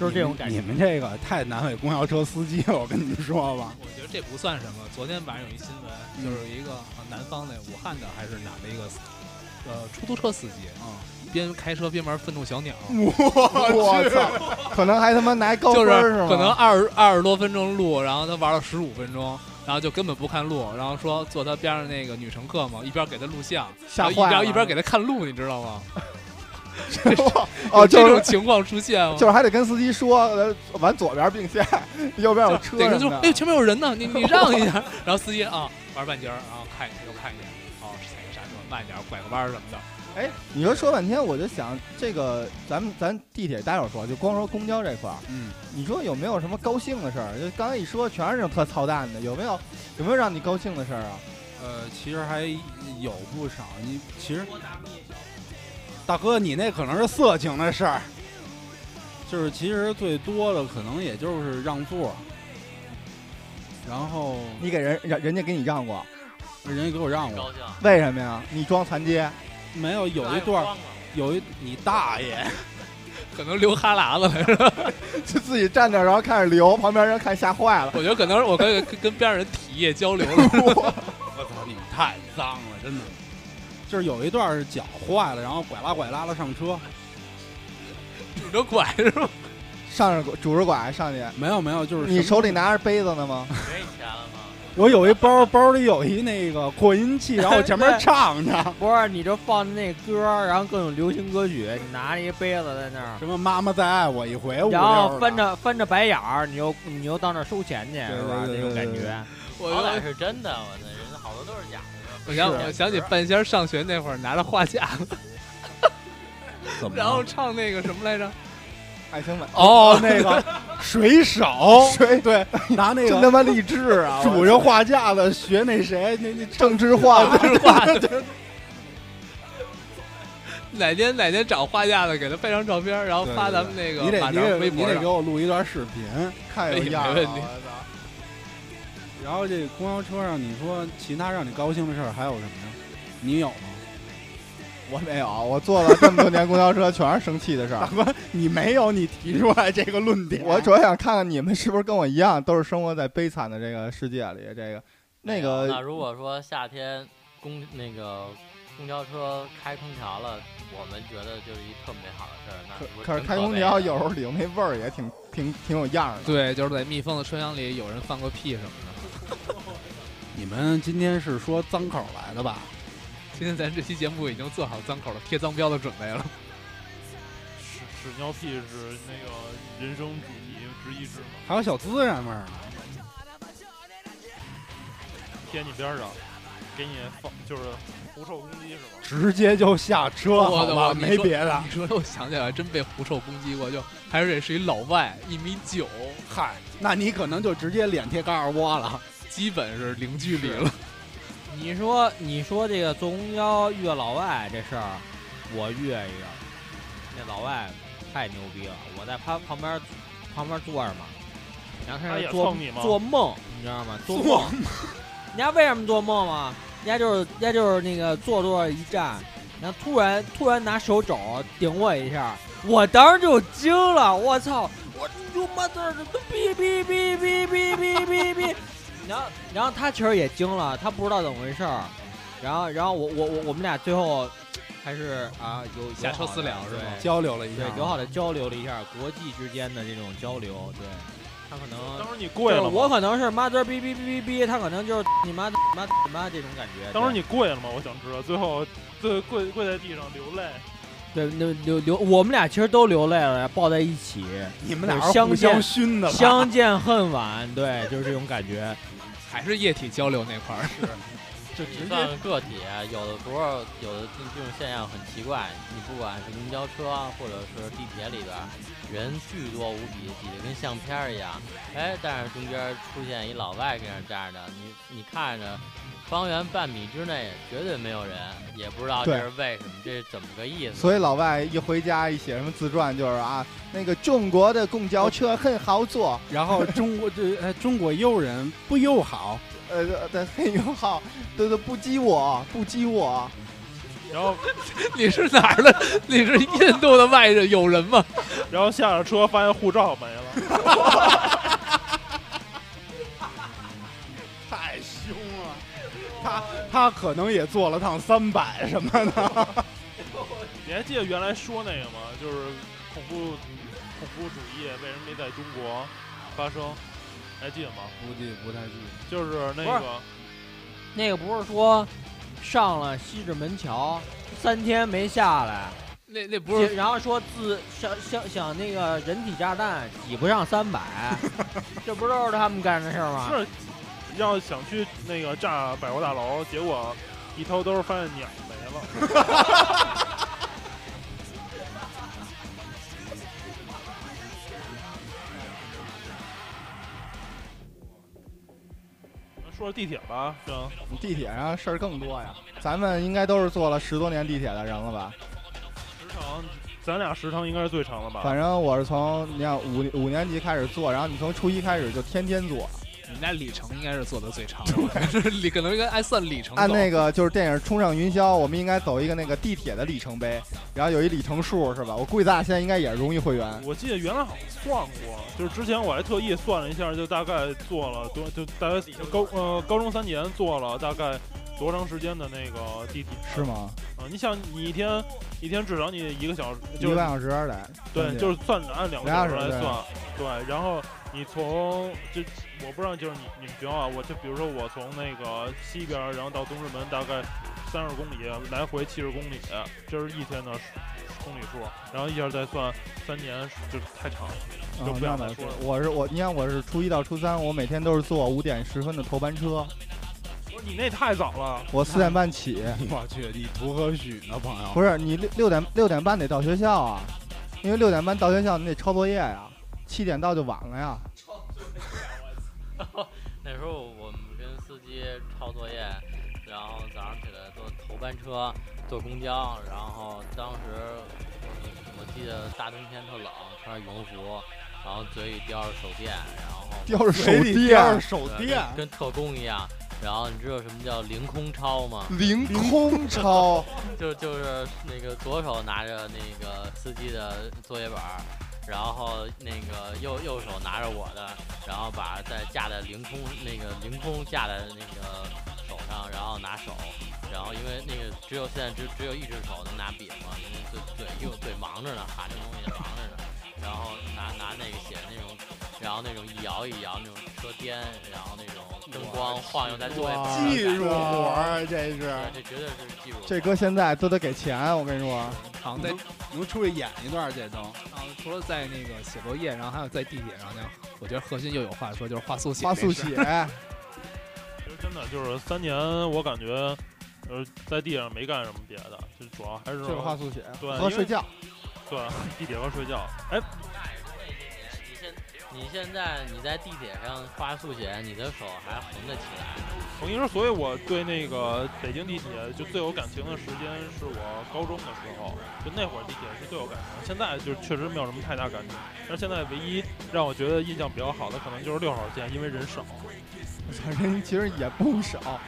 Speaker 3: 就是这种感
Speaker 2: 你
Speaker 3: 觉。
Speaker 2: 们这个太难为公交车司机了，我跟你们说吧。
Speaker 5: 我觉得这不算什么。昨天晚上有一新闻，就是一个好像南方的武汉的还是哪的一个司，呃，出租车司机啊，边开车边玩愤怒小鸟，
Speaker 1: 我操，可能还他妈拿高
Speaker 5: 就
Speaker 1: 分儿是吗？
Speaker 5: 可能二十二十多分钟路，然后他玩了十五分钟，然后就根本不看路，然后说坐他边上那个女乘客嘛，一边给他录像，
Speaker 1: 吓
Speaker 5: 然后一
Speaker 1: 坏了
Speaker 5: 边一边给他看路，你知道吗？
Speaker 1: 哦，
Speaker 5: 有这
Speaker 1: 就
Speaker 5: 种
Speaker 1: 是
Speaker 5: 情况出现吗？
Speaker 1: 就是还得跟司机说，呃往左边并线， 右边有车
Speaker 5: 对，他
Speaker 1: 什
Speaker 5: 说
Speaker 1: 么：“
Speaker 5: 哎，
Speaker 1: 的。
Speaker 5: 前面有人呢，你你让一下。” 然后司机啊，玩半截儿，然后看一下又看一下，哦，踩个刹车，慢点儿，拐个弯儿什么的。
Speaker 1: 哎，你说说半天，我就想这个，咱们咱地铁待会儿说，就光说公交这块儿，
Speaker 2: 嗯，
Speaker 1: 你说有没有什么高兴的事儿？就刚才一说全是那种特操蛋的，有没有有没有让你高兴的事儿啊？
Speaker 2: 呃，其实还有不少。你其实，大哥，你那可能是色情的事儿，就是其实最多的可能也就是让座，然后
Speaker 1: 你给人人人家给你让过，
Speaker 2: 人家给我让我，
Speaker 6: 高兴。
Speaker 1: 为什么呀？你装残疾？
Speaker 2: 没有有一
Speaker 6: 那
Speaker 2: 段
Speaker 6: 又
Speaker 2: 儿
Speaker 6: 慌了
Speaker 2: 有一你大爷。
Speaker 5: 可能流哈喇子来着，
Speaker 1: 就自己站那儿，然后开始流，旁边人看吓坏了。
Speaker 5: 我觉得可能是我跟跟跟边上人体液 交流了。
Speaker 2: 我操，你们太脏了，真的。就是有一段是脚坏了，然后拐拉拐拉的上车，
Speaker 5: 拄着拐是吧？
Speaker 1: 上着拄着拐上去，
Speaker 2: 没有没有， 就是
Speaker 1: 你
Speaker 2: 什么
Speaker 1: 手里拿着杯子呢吗？
Speaker 6: 没钱了吗？
Speaker 2: 我有一包，包里有一那个扩音器，然后我前面唱着
Speaker 3: 不是，你就放那歌儿，然后各种流行歌曲，你拿着一杯子在那儿，
Speaker 2: 什么妈妈再爱我一回，五六
Speaker 3: 然后
Speaker 2: 的
Speaker 3: 翻着翻着白眼儿，你又你又到那儿收钱去，是吧？
Speaker 1: 啊对
Speaker 3: 那
Speaker 1: 对对
Speaker 3: 种感
Speaker 1: 对对
Speaker 3: 觉。
Speaker 5: 我
Speaker 6: 好歹是真的，我那人好多都是假的。
Speaker 5: 我想我想起半仙儿上学那会儿拿着画架，
Speaker 2: 怎么了
Speaker 5: 然后唱那个什么来着？
Speaker 1: 爱情美
Speaker 2: 哦那个水手，
Speaker 1: 水
Speaker 2: 对，拿那
Speaker 1: 真
Speaker 2: 个
Speaker 1: 他妈励志啊！ 我
Speaker 2: 拄着画架子学那 谁那那
Speaker 1: 郑 智化，
Speaker 5: 哪天哪天找画架子给他拍张照片儿，然后发咱们那个
Speaker 2: 你得
Speaker 5: 马
Speaker 2: 你
Speaker 5: 上
Speaker 2: 得你
Speaker 5: 微博
Speaker 2: 得给
Speaker 5: 上。
Speaker 2: 我录一段视频，
Speaker 1: 太有样
Speaker 5: 哎
Speaker 1: 儿
Speaker 5: 没问题
Speaker 1: 了。
Speaker 2: 然后这公交车上，你说其他让你高兴的事儿还有什么呀？你有吗？
Speaker 1: 我没有，我坐了这么多年公交车，全是生气的事儿。
Speaker 8: 你没有，你提出来这个论点，
Speaker 1: 我主要想看看你们是不是跟我一样，都是生活在悲惨的这个世界里。这个那
Speaker 6: 那
Speaker 1: 个，
Speaker 6: 如果说夏天公那个公交车开空调了，我们觉得就是一特美好的事儿。那
Speaker 1: 可
Speaker 6: 不
Speaker 1: 可是
Speaker 6: 挺
Speaker 1: 开
Speaker 6: 可
Speaker 1: 空
Speaker 6: 悲
Speaker 1: 调
Speaker 6: 的
Speaker 1: 有时候里头那味儿也挺挺挺有样儿的。
Speaker 5: 对，就是在密封的车厢里有人放个屁什么的。
Speaker 2: 你们今天是说脏口来的吧？
Speaker 5: 今天咱这期节目已经做好脏口的贴脏标的准备了。
Speaker 4: 屎屎尿屁是那个人生主题之一之嘛，
Speaker 2: 还有小孜然味儿呢。
Speaker 4: 贴你边儿上，给你放就是狐臭攻击是吧？
Speaker 8: 直接就下车
Speaker 5: 我
Speaker 8: 好
Speaker 5: 的
Speaker 8: 吧，
Speaker 5: 我你
Speaker 8: 没
Speaker 5: 说
Speaker 8: 别的。
Speaker 5: 你说的我想起来，真被狐臭攻击过，就还是得是一老外，一米九，
Speaker 8: 嗨，
Speaker 2: 那你可能就直接脸贴高尔窝了。
Speaker 5: 基本是零距离了。
Speaker 3: 你说你说这个坐公交遇到老外这事儿，我遇见一个，那老外太牛逼了，我在他旁边旁边坐着嘛，然后
Speaker 4: 他
Speaker 3: 开
Speaker 4: 也
Speaker 3: 始做
Speaker 4: 蹭你吗
Speaker 3: 做梦，你知道吗？做梦，你知道为什么做梦吗？人家就是人家就是那个坐坐一站，然后突然突然拿手肘顶我一下，我当时就惊了，我操！我他妈的哔哔哔哔哔哔哔哔，然后然后他其实也惊了，他不知道怎么回事儿，然后然后我我我我们俩最后还是啊有
Speaker 5: 下车私聊是吗
Speaker 3: 吗？
Speaker 2: 交流了一
Speaker 3: 对，友好的交流了一下国际之间的这种交流，对他可能
Speaker 4: 当。时你跪
Speaker 3: 就
Speaker 4: 了
Speaker 3: 是我
Speaker 4: 吗？
Speaker 3: 可能是妈滋哔哔哔哔哔，他可能就是你妈你妈你妈这种感觉。
Speaker 4: 当时
Speaker 3: 对
Speaker 4: 你跪了吗？我想知道。最后，最后跪跪在地上流泪。
Speaker 3: 对流流流，我们俩其实都流泪了，抱在一起，
Speaker 8: 你们俩
Speaker 3: 就是
Speaker 8: 是互相
Speaker 3: 相见
Speaker 8: 熏的吧？
Speaker 3: 相见恨晚，对，就是这种感觉。
Speaker 5: 还是液体交流那块儿，
Speaker 6: 就你算个个体，有的时候有的这种现象很奇怪。你不管是公交车啊或者是地铁里边，人巨多无比，挤得跟相片儿一样。哎，但是中间出现一老外跟那儿站着，你你看着，方圆半米之内绝对没有人，也不知道这
Speaker 1: 对
Speaker 6: 是为什么，这是怎么个意思？
Speaker 1: 所以老外一回家一写什么自传，就是啊，那个中国的公交车很好坐，
Speaker 2: 然后中国这哎，中国优人不友好，
Speaker 1: 呃，对，很友好，对对，不激我，不激我。
Speaker 4: 然后，
Speaker 5: 你是哪儿的？ 你是印度的外人有人吗？
Speaker 4: 然后下了车，发现护照没了。
Speaker 8: 太凶了。他他可能也做了趟三百什么的，
Speaker 4: 你还记得原来说那个吗？就是恐怖恐怖主义为什么没在中国发生？还记得吗？
Speaker 2: 估计不太 记得。
Speaker 4: 就是那
Speaker 3: 不是
Speaker 4: 个
Speaker 3: 那个不是说上了西直门桥三天没下来，
Speaker 5: 那那不是
Speaker 3: 然后说自想想想那个人体炸弹挤不上三百，这不都是他们干的事儿吗？
Speaker 4: 是要想去那个炸百货大楼，结果一掏兜儿发现鸟没了。 说说地铁吧，行，
Speaker 1: 地铁上事儿更多呀，咱们应该都是坐了十多年地铁的人了吧？
Speaker 4: 时长，咱俩时长应该是最长的吧？
Speaker 1: 反正我是从你看五五年级开始坐，然后你从初一开始就天天坐，
Speaker 5: 你们家里程应该是做的最 长的，是里可能应该按算里程走
Speaker 1: 按那个就是电影《冲上云霄》，我们应该走一个那个地铁的里程碑，然后有一里程数是吧？我估计咱俩现在应该也是荣誉会员。
Speaker 4: 我记得原来好像算过，就是之前我还特意算了一下，就大概做了多，就大概高呃高中三年做了大概多长时间的那个地铁？
Speaker 1: 是吗？
Speaker 4: 啊、你想你一天一天至少你一个小时，
Speaker 1: 一
Speaker 4: 就
Speaker 1: 个
Speaker 4: 是
Speaker 1: 半小时嗯得。
Speaker 4: 对，就是算按两个小时来
Speaker 1: 俩小
Speaker 4: 算，对，然后你从就我不知道就是你你们学校啊，我就比如说我从那个西边儿，然后到东直门大概三十公里，来回七十公里，这是一天的公里数，然后一下再算三年，就太长了。
Speaker 1: 啊
Speaker 4: 就不
Speaker 1: 那
Speaker 4: 想
Speaker 1: 倒
Speaker 4: 再
Speaker 1: 是
Speaker 4: 说了。
Speaker 1: 我是我，你看我是初一到初三，我每天都是坐五点十分的头班车，
Speaker 4: 不是你那太早了，
Speaker 1: 我四点半起。
Speaker 4: 嗯
Speaker 2: 我去，你图何许呢，朋友？
Speaker 1: 不是你六六点六点半得到学校啊，因为六点半到学校你得抄作业呀、七点到就晚了呀。
Speaker 6: 那时候我们跟司机抄作业，然后早上起来坐头班车，坐公交，然后当时我我记得大冬天特冷，穿着羽绒服，然后嘴里叼着手电，然后
Speaker 1: 叼着手
Speaker 8: 水里
Speaker 1: 电
Speaker 4: 啊
Speaker 8: 边，手
Speaker 6: 对
Speaker 8: 电，
Speaker 6: 跟跟特工一样，然后你知道什么叫凌空抄吗？
Speaker 1: 凌空抄，
Speaker 6: 就就是那个左手拿着那个司机的作业本儿，然后那个右右手拿着我的，然后把再架在凌空那个凌空架在那个手上，然后拿手，然后因为那个只有现在只只有一只手能拿笔嘛，因为嘴嘴右嘴忙着呢，含着东西忙着呢，然后拿拿那个写那种，然后那种一摇一摇那种车颠，然后那种灯光晃悠在作业本
Speaker 1: 哇
Speaker 6: 上
Speaker 8: 技术
Speaker 6: 感觉
Speaker 8: 活
Speaker 1: 啊
Speaker 8: 儿，这是
Speaker 6: 对这绝对是技术活儿。
Speaker 1: 这哥现在都得给钱，我跟你说，
Speaker 5: 好像在
Speaker 2: 能出去演一段这都。
Speaker 5: 然后啊除了在那个写作业，然后还有在地铁上呢，我觉得核心又有话说，就是画速写。
Speaker 1: 花 速，写，
Speaker 4: 其实真的就是三年，我感觉呃在地上没干什么别的，就主要还是
Speaker 1: 就是花速写
Speaker 4: 对
Speaker 1: 和
Speaker 4: 因
Speaker 1: 睡
Speaker 4: 为
Speaker 1: 觉。
Speaker 4: 对地铁和睡觉。哎，
Speaker 6: 你现你现在你在地铁上画速写，你的手还红得起来。
Speaker 4: 我跟你说，所以我对那个北京地铁就最有感情的时间是我高中的时候，就那会儿地铁是最有感情。现在就确实没有什么太大感情，但是现在唯一让我觉得印象比较好的可能就是六号线，因为人少。
Speaker 1: 反正其实也不少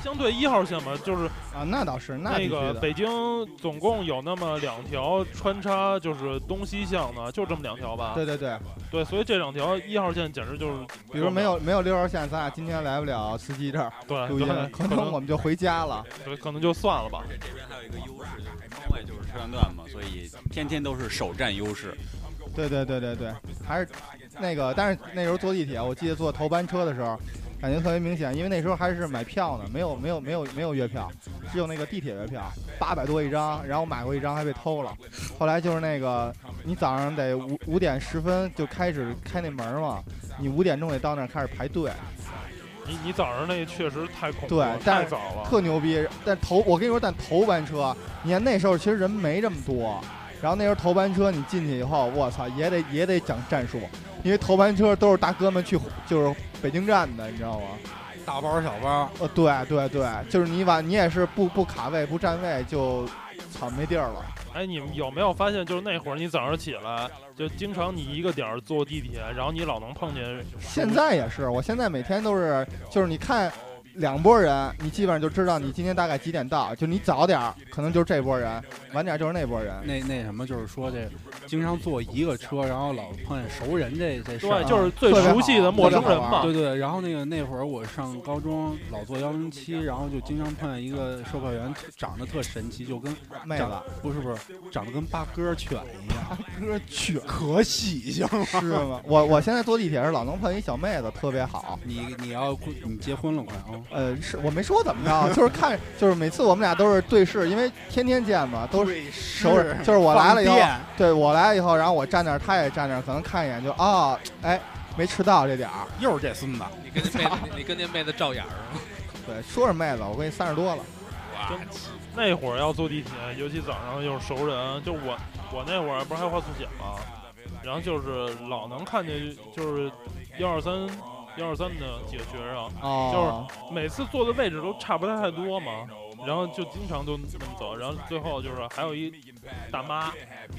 Speaker 4: 相对一号线嘛，就是
Speaker 1: 啊，那倒是，那必
Speaker 4: 那
Speaker 1: 须
Speaker 4: 个
Speaker 1: 的。
Speaker 4: 北京总共有那么两条穿插，就是东西向的，就这么两条吧。
Speaker 1: 对对对，
Speaker 4: 对，所以这两条一号线简直就是，
Speaker 1: 比如没有没有六号线，咱俩今天来不了司机这儿
Speaker 4: 对，
Speaker 1: 录
Speaker 4: 哎对
Speaker 1: 音，可
Speaker 4: 可
Speaker 1: 能
Speaker 4: 能
Speaker 1: 我们就回家了。
Speaker 4: 对可能就算了吧。
Speaker 7: 这这边还有一个优势，就是单位就是车辆段嘛，所以天天都是首占优势。
Speaker 1: 对对对对对，还是那个，但是那时候坐地铁，我记得坐头班车的时候，感觉特别明显，因为那时候还是买票呢，没有没有没有没有月票，只有那个地铁月票，八百多一张，然后买过一张还被偷了。后来就是那个，你早上得五五点十分就开始开那门嘛，你五点钟得到那儿开始排队，
Speaker 4: 你你早上那确实太恐怖
Speaker 1: 对
Speaker 4: 了，
Speaker 1: 但
Speaker 4: 太
Speaker 1: 是
Speaker 4: 早了。
Speaker 1: 特牛逼。但头我跟你说，但头班车，啊你看那时候其实人没这么多，然后那时候头班车你进去以后，我操也得也得讲战术，因为头班车都是大哥们去就是北京站的，你知道吗？
Speaker 2: 大包小包，
Speaker 1: 呃，对对对，就是你往你也是不不卡位不站位就操没地儿了。
Speaker 4: 哎，你们有没有发现，就是那会儿你早上起来，就经常你一个点儿坐地铁，然后你老能碰见。
Speaker 1: 现在也是，我现在每天都是，就是你看两拨人，你基本上就知道你今天大概几点到。就你早点儿，可能就是这拨人；晚点儿就是那拨人。
Speaker 2: 那那什么，就是说这经常坐一个车，然后老碰见熟人这这事儿
Speaker 4: 对，
Speaker 2: 啊。
Speaker 4: 就是最
Speaker 1: 特别
Speaker 4: 熟悉
Speaker 1: 好
Speaker 4: 的陌
Speaker 1: 特
Speaker 4: 生
Speaker 1: 别好
Speaker 4: 人
Speaker 1: 玩
Speaker 4: 嘛。
Speaker 2: 对对，然后那个那会儿我上高中老坐幺零七，然后就经常碰见一个售票员，长得特神奇，就跟
Speaker 1: 妹
Speaker 2: 长
Speaker 1: 子，
Speaker 2: 不是不是，长得跟八哥犬一样，
Speaker 1: 哥去
Speaker 2: 可喜庆。
Speaker 1: 是 吗？我我现在坐地铁是老能碰一小妹子，特别好。
Speaker 2: 你你要你结婚了快啊？
Speaker 1: 呃，是我没说怎么着，就是看，就是每次我们俩都是对视，因为天天见嘛，都是
Speaker 8: 对
Speaker 1: 熟人。就是我来了以后
Speaker 8: 放，电
Speaker 1: 对我来了以后，然后我站那儿，他也站那儿，可能看一眼就啊、哎，没迟到这点儿。
Speaker 8: 又是这孙子，
Speaker 5: 你跟那妹子，你跟那妹子照眼儿啊是吗？
Speaker 1: 对，说是妹子，我跟你三十多了，
Speaker 4: 那会儿要坐地铁，尤其早上又是熟人，就我我那会儿不是还画速写吗？然后就是老能看见，就是幺二三幺二三的几个学生，
Speaker 1: 哦，
Speaker 4: 每次坐的位置都差不太太多嘛，然后就经常都那么走，然后最后就是还有一大妈，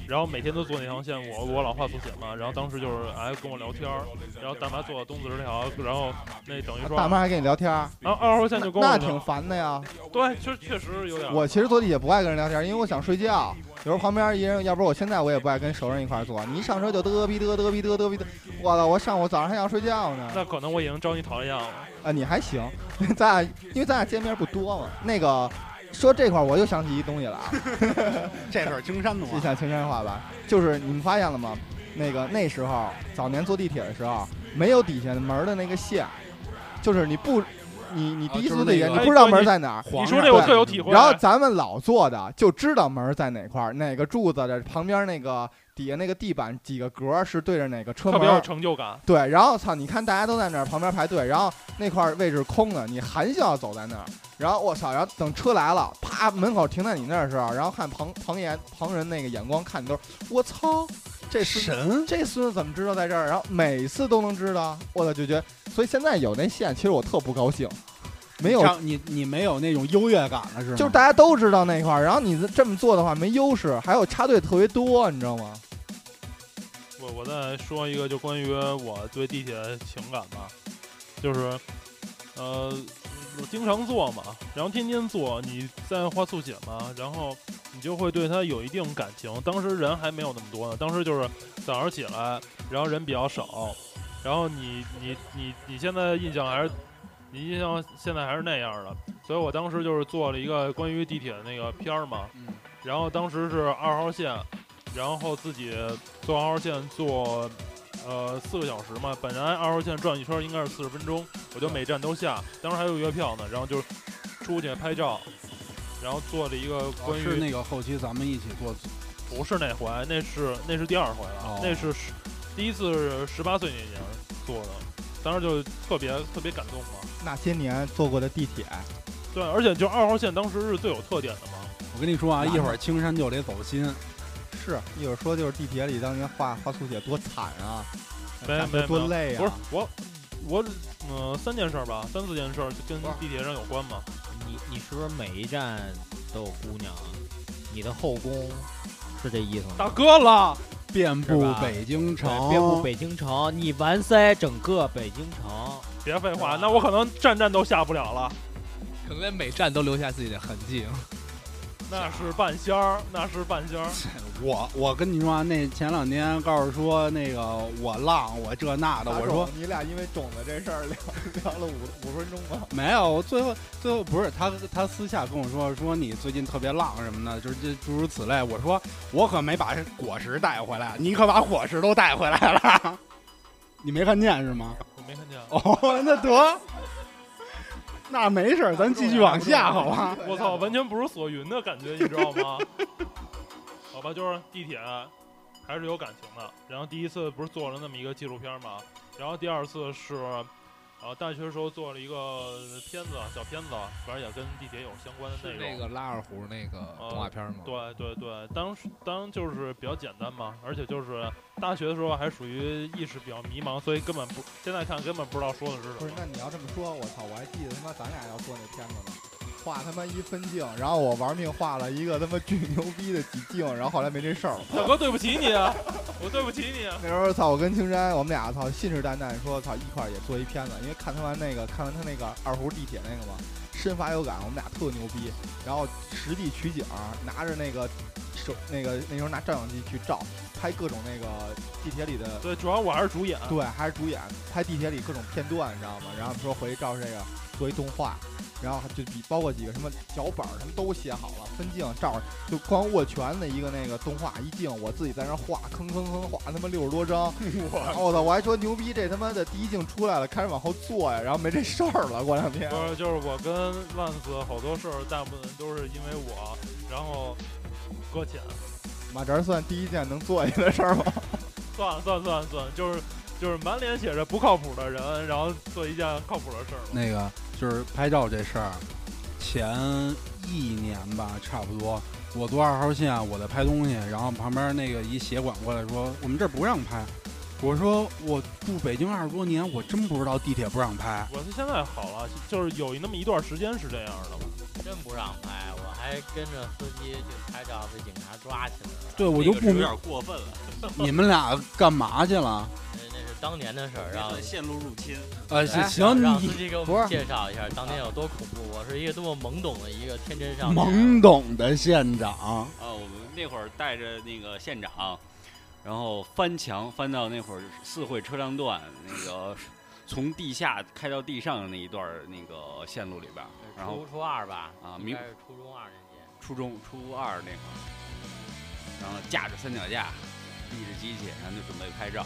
Speaker 4: 然后每天都坐那条线，我我老画速写嘛，然后当时就是哎跟我聊天儿，然后大妈坐东四十条，然后那等于说，
Speaker 1: 啊大妈还跟你聊天儿，
Speaker 4: 然后二号线就跟我聊
Speaker 1: 那挺烦的呀。
Speaker 4: 对，确确实有点儿
Speaker 1: 我其实坐地铁不爱跟人聊天，因为我想睡觉。有时候旁边一人，要不然我现在我也不爱跟熟人一块儿坐。你一上车就嘚逼嘚嘚逼嘚嘚逼嘚，我操！我上午早上还想睡觉呢。
Speaker 4: 那可能我已经招你讨厌了。
Speaker 1: 啊，你还行， 咱俩因为咱俩见面不多嘛。那个说这块儿我又想起一东西来啊，
Speaker 8: 这是青山的
Speaker 1: 就
Speaker 8: 话，
Speaker 1: 像青山话吧，就是你们发现了吗？那个那时候早年坐地铁的时候，没有底下门儿的那个线，就是你不，你你第一次坐地铁、
Speaker 2: 啊就是那个
Speaker 1: 你不知道门儿在哪儿。
Speaker 4: 你说这我特有体会。
Speaker 1: 然后咱们老坐的就知道门儿在哪块儿，哪个柱子的旁边那个底下那个地板几个格儿是对着哪个车
Speaker 4: 特
Speaker 1: 门
Speaker 4: 别有
Speaker 1: 儿，
Speaker 4: 成就感。
Speaker 1: 对，然后操，你看大家都在那儿旁边排队，然后那块儿位置空的，你含笑走在那儿，然后我操，然后等车来了，啪，门口停在你那儿的时候，然后看旁旁沿旁人那个眼光看你都是，我操，这孙子
Speaker 2: 神
Speaker 1: 这孙子怎么知道在这儿？然后每次都能知道，我操，就觉得，所以现在有那线，其实我特不高兴，没有，
Speaker 2: 让你你没有那种优越感了是吗？
Speaker 1: 就是大家都知道那块儿，然后你这么做的话没优势，还有插队特别多，你知道吗？
Speaker 4: 我我再说一个，就关于我对地铁情感吧，就是，呃，我经常做嘛，然后天天做，你在画速写嘛，然后你就会对它有一定感情。当时人还没有那么多呢，当时就是早上起来，然后人比较少，然后你你你你现在印象还是你印象现在还是那样的，所以我当时就是做了一个关于地铁的那个片儿嘛，
Speaker 2: 嗯，
Speaker 4: 然后当时是二号线，然后自己坐二号线坐，呃，四个小时嘛。本来二号线转一圈应该是四十分钟，我就每站都下，当时还有月票呢，然后就出去拍照，然后做了一个关于、
Speaker 2: 哦是那个后期咱们一起做
Speaker 4: 不是那回，那是那是第二回了，
Speaker 2: 哦
Speaker 4: 那是十第一次是十八岁那年做的，当时就特别特别感动嘛。
Speaker 1: 那些年坐过的地铁，
Speaker 4: 对，而且就二号线当时是最有特点的嘛。
Speaker 2: 我跟你说啊，
Speaker 1: 完
Speaker 2: 一
Speaker 1: 了
Speaker 2: 会儿青山就得走心，
Speaker 1: 是一会儿说就是地铁里当年画画速写多惨啊，
Speaker 4: 没
Speaker 1: 感
Speaker 4: 没
Speaker 1: 觉多累啊，
Speaker 4: 不是我，我嗯、三件事儿吧，三四件事儿就跟
Speaker 3: 不是
Speaker 4: 地铁上有关嘛。
Speaker 3: 你你是不是每一站都有姑娘？你的后宫是这意思吗？
Speaker 4: 大哥了，
Speaker 2: 遍
Speaker 3: 是
Speaker 2: 布
Speaker 3: 吧
Speaker 2: 北京城，
Speaker 1: 哦
Speaker 3: 对遍布北京城，你完塞整个北京城。
Speaker 4: 别废
Speaker 3: 是
Speaker 4: 话
Speaker 3: 吧，
Speaker 4: 那我可能站站都下不了了。
Speaker 5: 可能在每站都留下自己的痕迹。啊
Speaker 4: 那是半仙儿，那是半仙儿。
Speaker 2: 我我跟你说啊，那前两天告诉说那个我浪我这那的，
Speaker 1: 大
Speaker 2: 我
Speaker 1: 种
Speaker 2: 说
Speaker 1: 你俩因为种子这事儿聊聊了五五分钟吧，
Speaker 2: 没有，我最后最后不是他他私下跟我说说你最近特别浪什么的，就是这诸如此类。我说我可没把果实带回来，你可把果实都带回来了， 你没看见是吗？
Speaker 4: 我没看见。啊
Speaker 2: 哦，那得，那没事儿，咱继续往下好吧？
Speaker 4: 我操，完全不是索云的感觉，你知道吗？好吧，就是地铁还是有感情的。然后第一次不是做了那么一个纪录片嘛，然后第二次是，呃，大学时候做了一个片子，小片子，反正也跟地铁有哦相关的
Speaker 5: 是
Speaker 4: 内容。
Speaker 5: 那个拉二胡那个动画片吗？
Speaker 4: 对对对，当时当就是比较简单嘛，而且就是大学的时候还属于意识比较迷茫，所以根本不现在看根本不知道说的是什
Speaker 1: 不是
Speaker 4: 么，。
Speaker 1: 那你要这么说，我操，我还记得他妈咱俩要做那片子呢，画他妈一分镜，然后我玩命画了一个他妈巨牛逼的几镜，然后后来没这事儿了。
Speaker 4: 大哥，对不起你啊，我对不起你啊。
Speaker 1: 那时候操，我跟青山，我们俩操信誓旦旦说操一块儿也做一片子，因为看他完那个，看完他那个二胡地铁那个嘛，深发有感，我们俩特牛逼。然后实地取景，拿着那个手那个那时候拿照相机去照，拍各种那个地铁里的
Speaker 4: 对，主要我还是主
Speaker 5: 啊
Speaker 4: 演。
Speaker 1: 对，还是主演拍地铁里各种片段，你知道吗？然后说回去照这个做一动画，然后就比包括几个什么脚本儿，他们都写好了，分镜照着，就光握拳的一个那个动画一镜，我自己在那儿画，吭吭吭画他妈六十多 张，我操！我还说牛逼，这他妈的第一镜出来了，开始往后做呀，然后没这事儿了，过两天
Speaker 4: 不。是，就是我跟万斯好多事儿，大部分都是因为我，然后搁浅。
Speaker 1: 妈，这算第一件能做下去的事儿吗？
Speaker 4: 算了算了算了算了，就是就是满脸写着不靠谱的人，然后做一件靠谱的事儿嘛。
Speaker 2: 那个就是拍照这事儿，前一年吧，差不多，我坐二号线，我在拍东西，然后旁边那个一协管过来说，我们这儿不让拍。我说我住北京二十多年，我真不知道地铁不让拍。
Speaker 4: 我是现在好了，就是有那么一段时间是这样的吧。
Speaker 6: 真不让拍，我还跟着司机去拍照，被警察抓起来了。
Speaker 2: 对，我就
Speaker 7: 那
Speaker 2: 不
Speaker 7: 个是有
Speaker 2: 明
Speaker 7: 点过分了，
Speaker 2: 你们俩干嘛去了？
Speaker 6: 那那是当年的事儿，让
Speaker 7: 让线路入侵。
Speaker 2: 呃，
Speaker 6: 哎
Speaker 2: 行，
Speaker 6: 让
Speaker 2: 你
Speaker 6: 司机给我
Speaker 1: 不是
Speaker 6: 们介绍一下当年有多恐怖。我是一个多么懵懂的一个天真少年。
Speaker 2: 懵懂的县长，
Speaker 7: 啊，我们那会儿带着那个县长，然后翻墙翻到那会儿四惠车辆段那个从地下开到地上的那一段儿那个线路里边儿，然
Speaker 6: 初
Speaker 7: 后
Speaker 6: 初二吧，
Speaker 7: 啊
Speaker 6: 应
Speaker 7: 明
Speaker 6: 该是初中二年级。
Speaker 7: 初中初二那会儿，然后架着三脚架，立着机器，然后就准备拍照，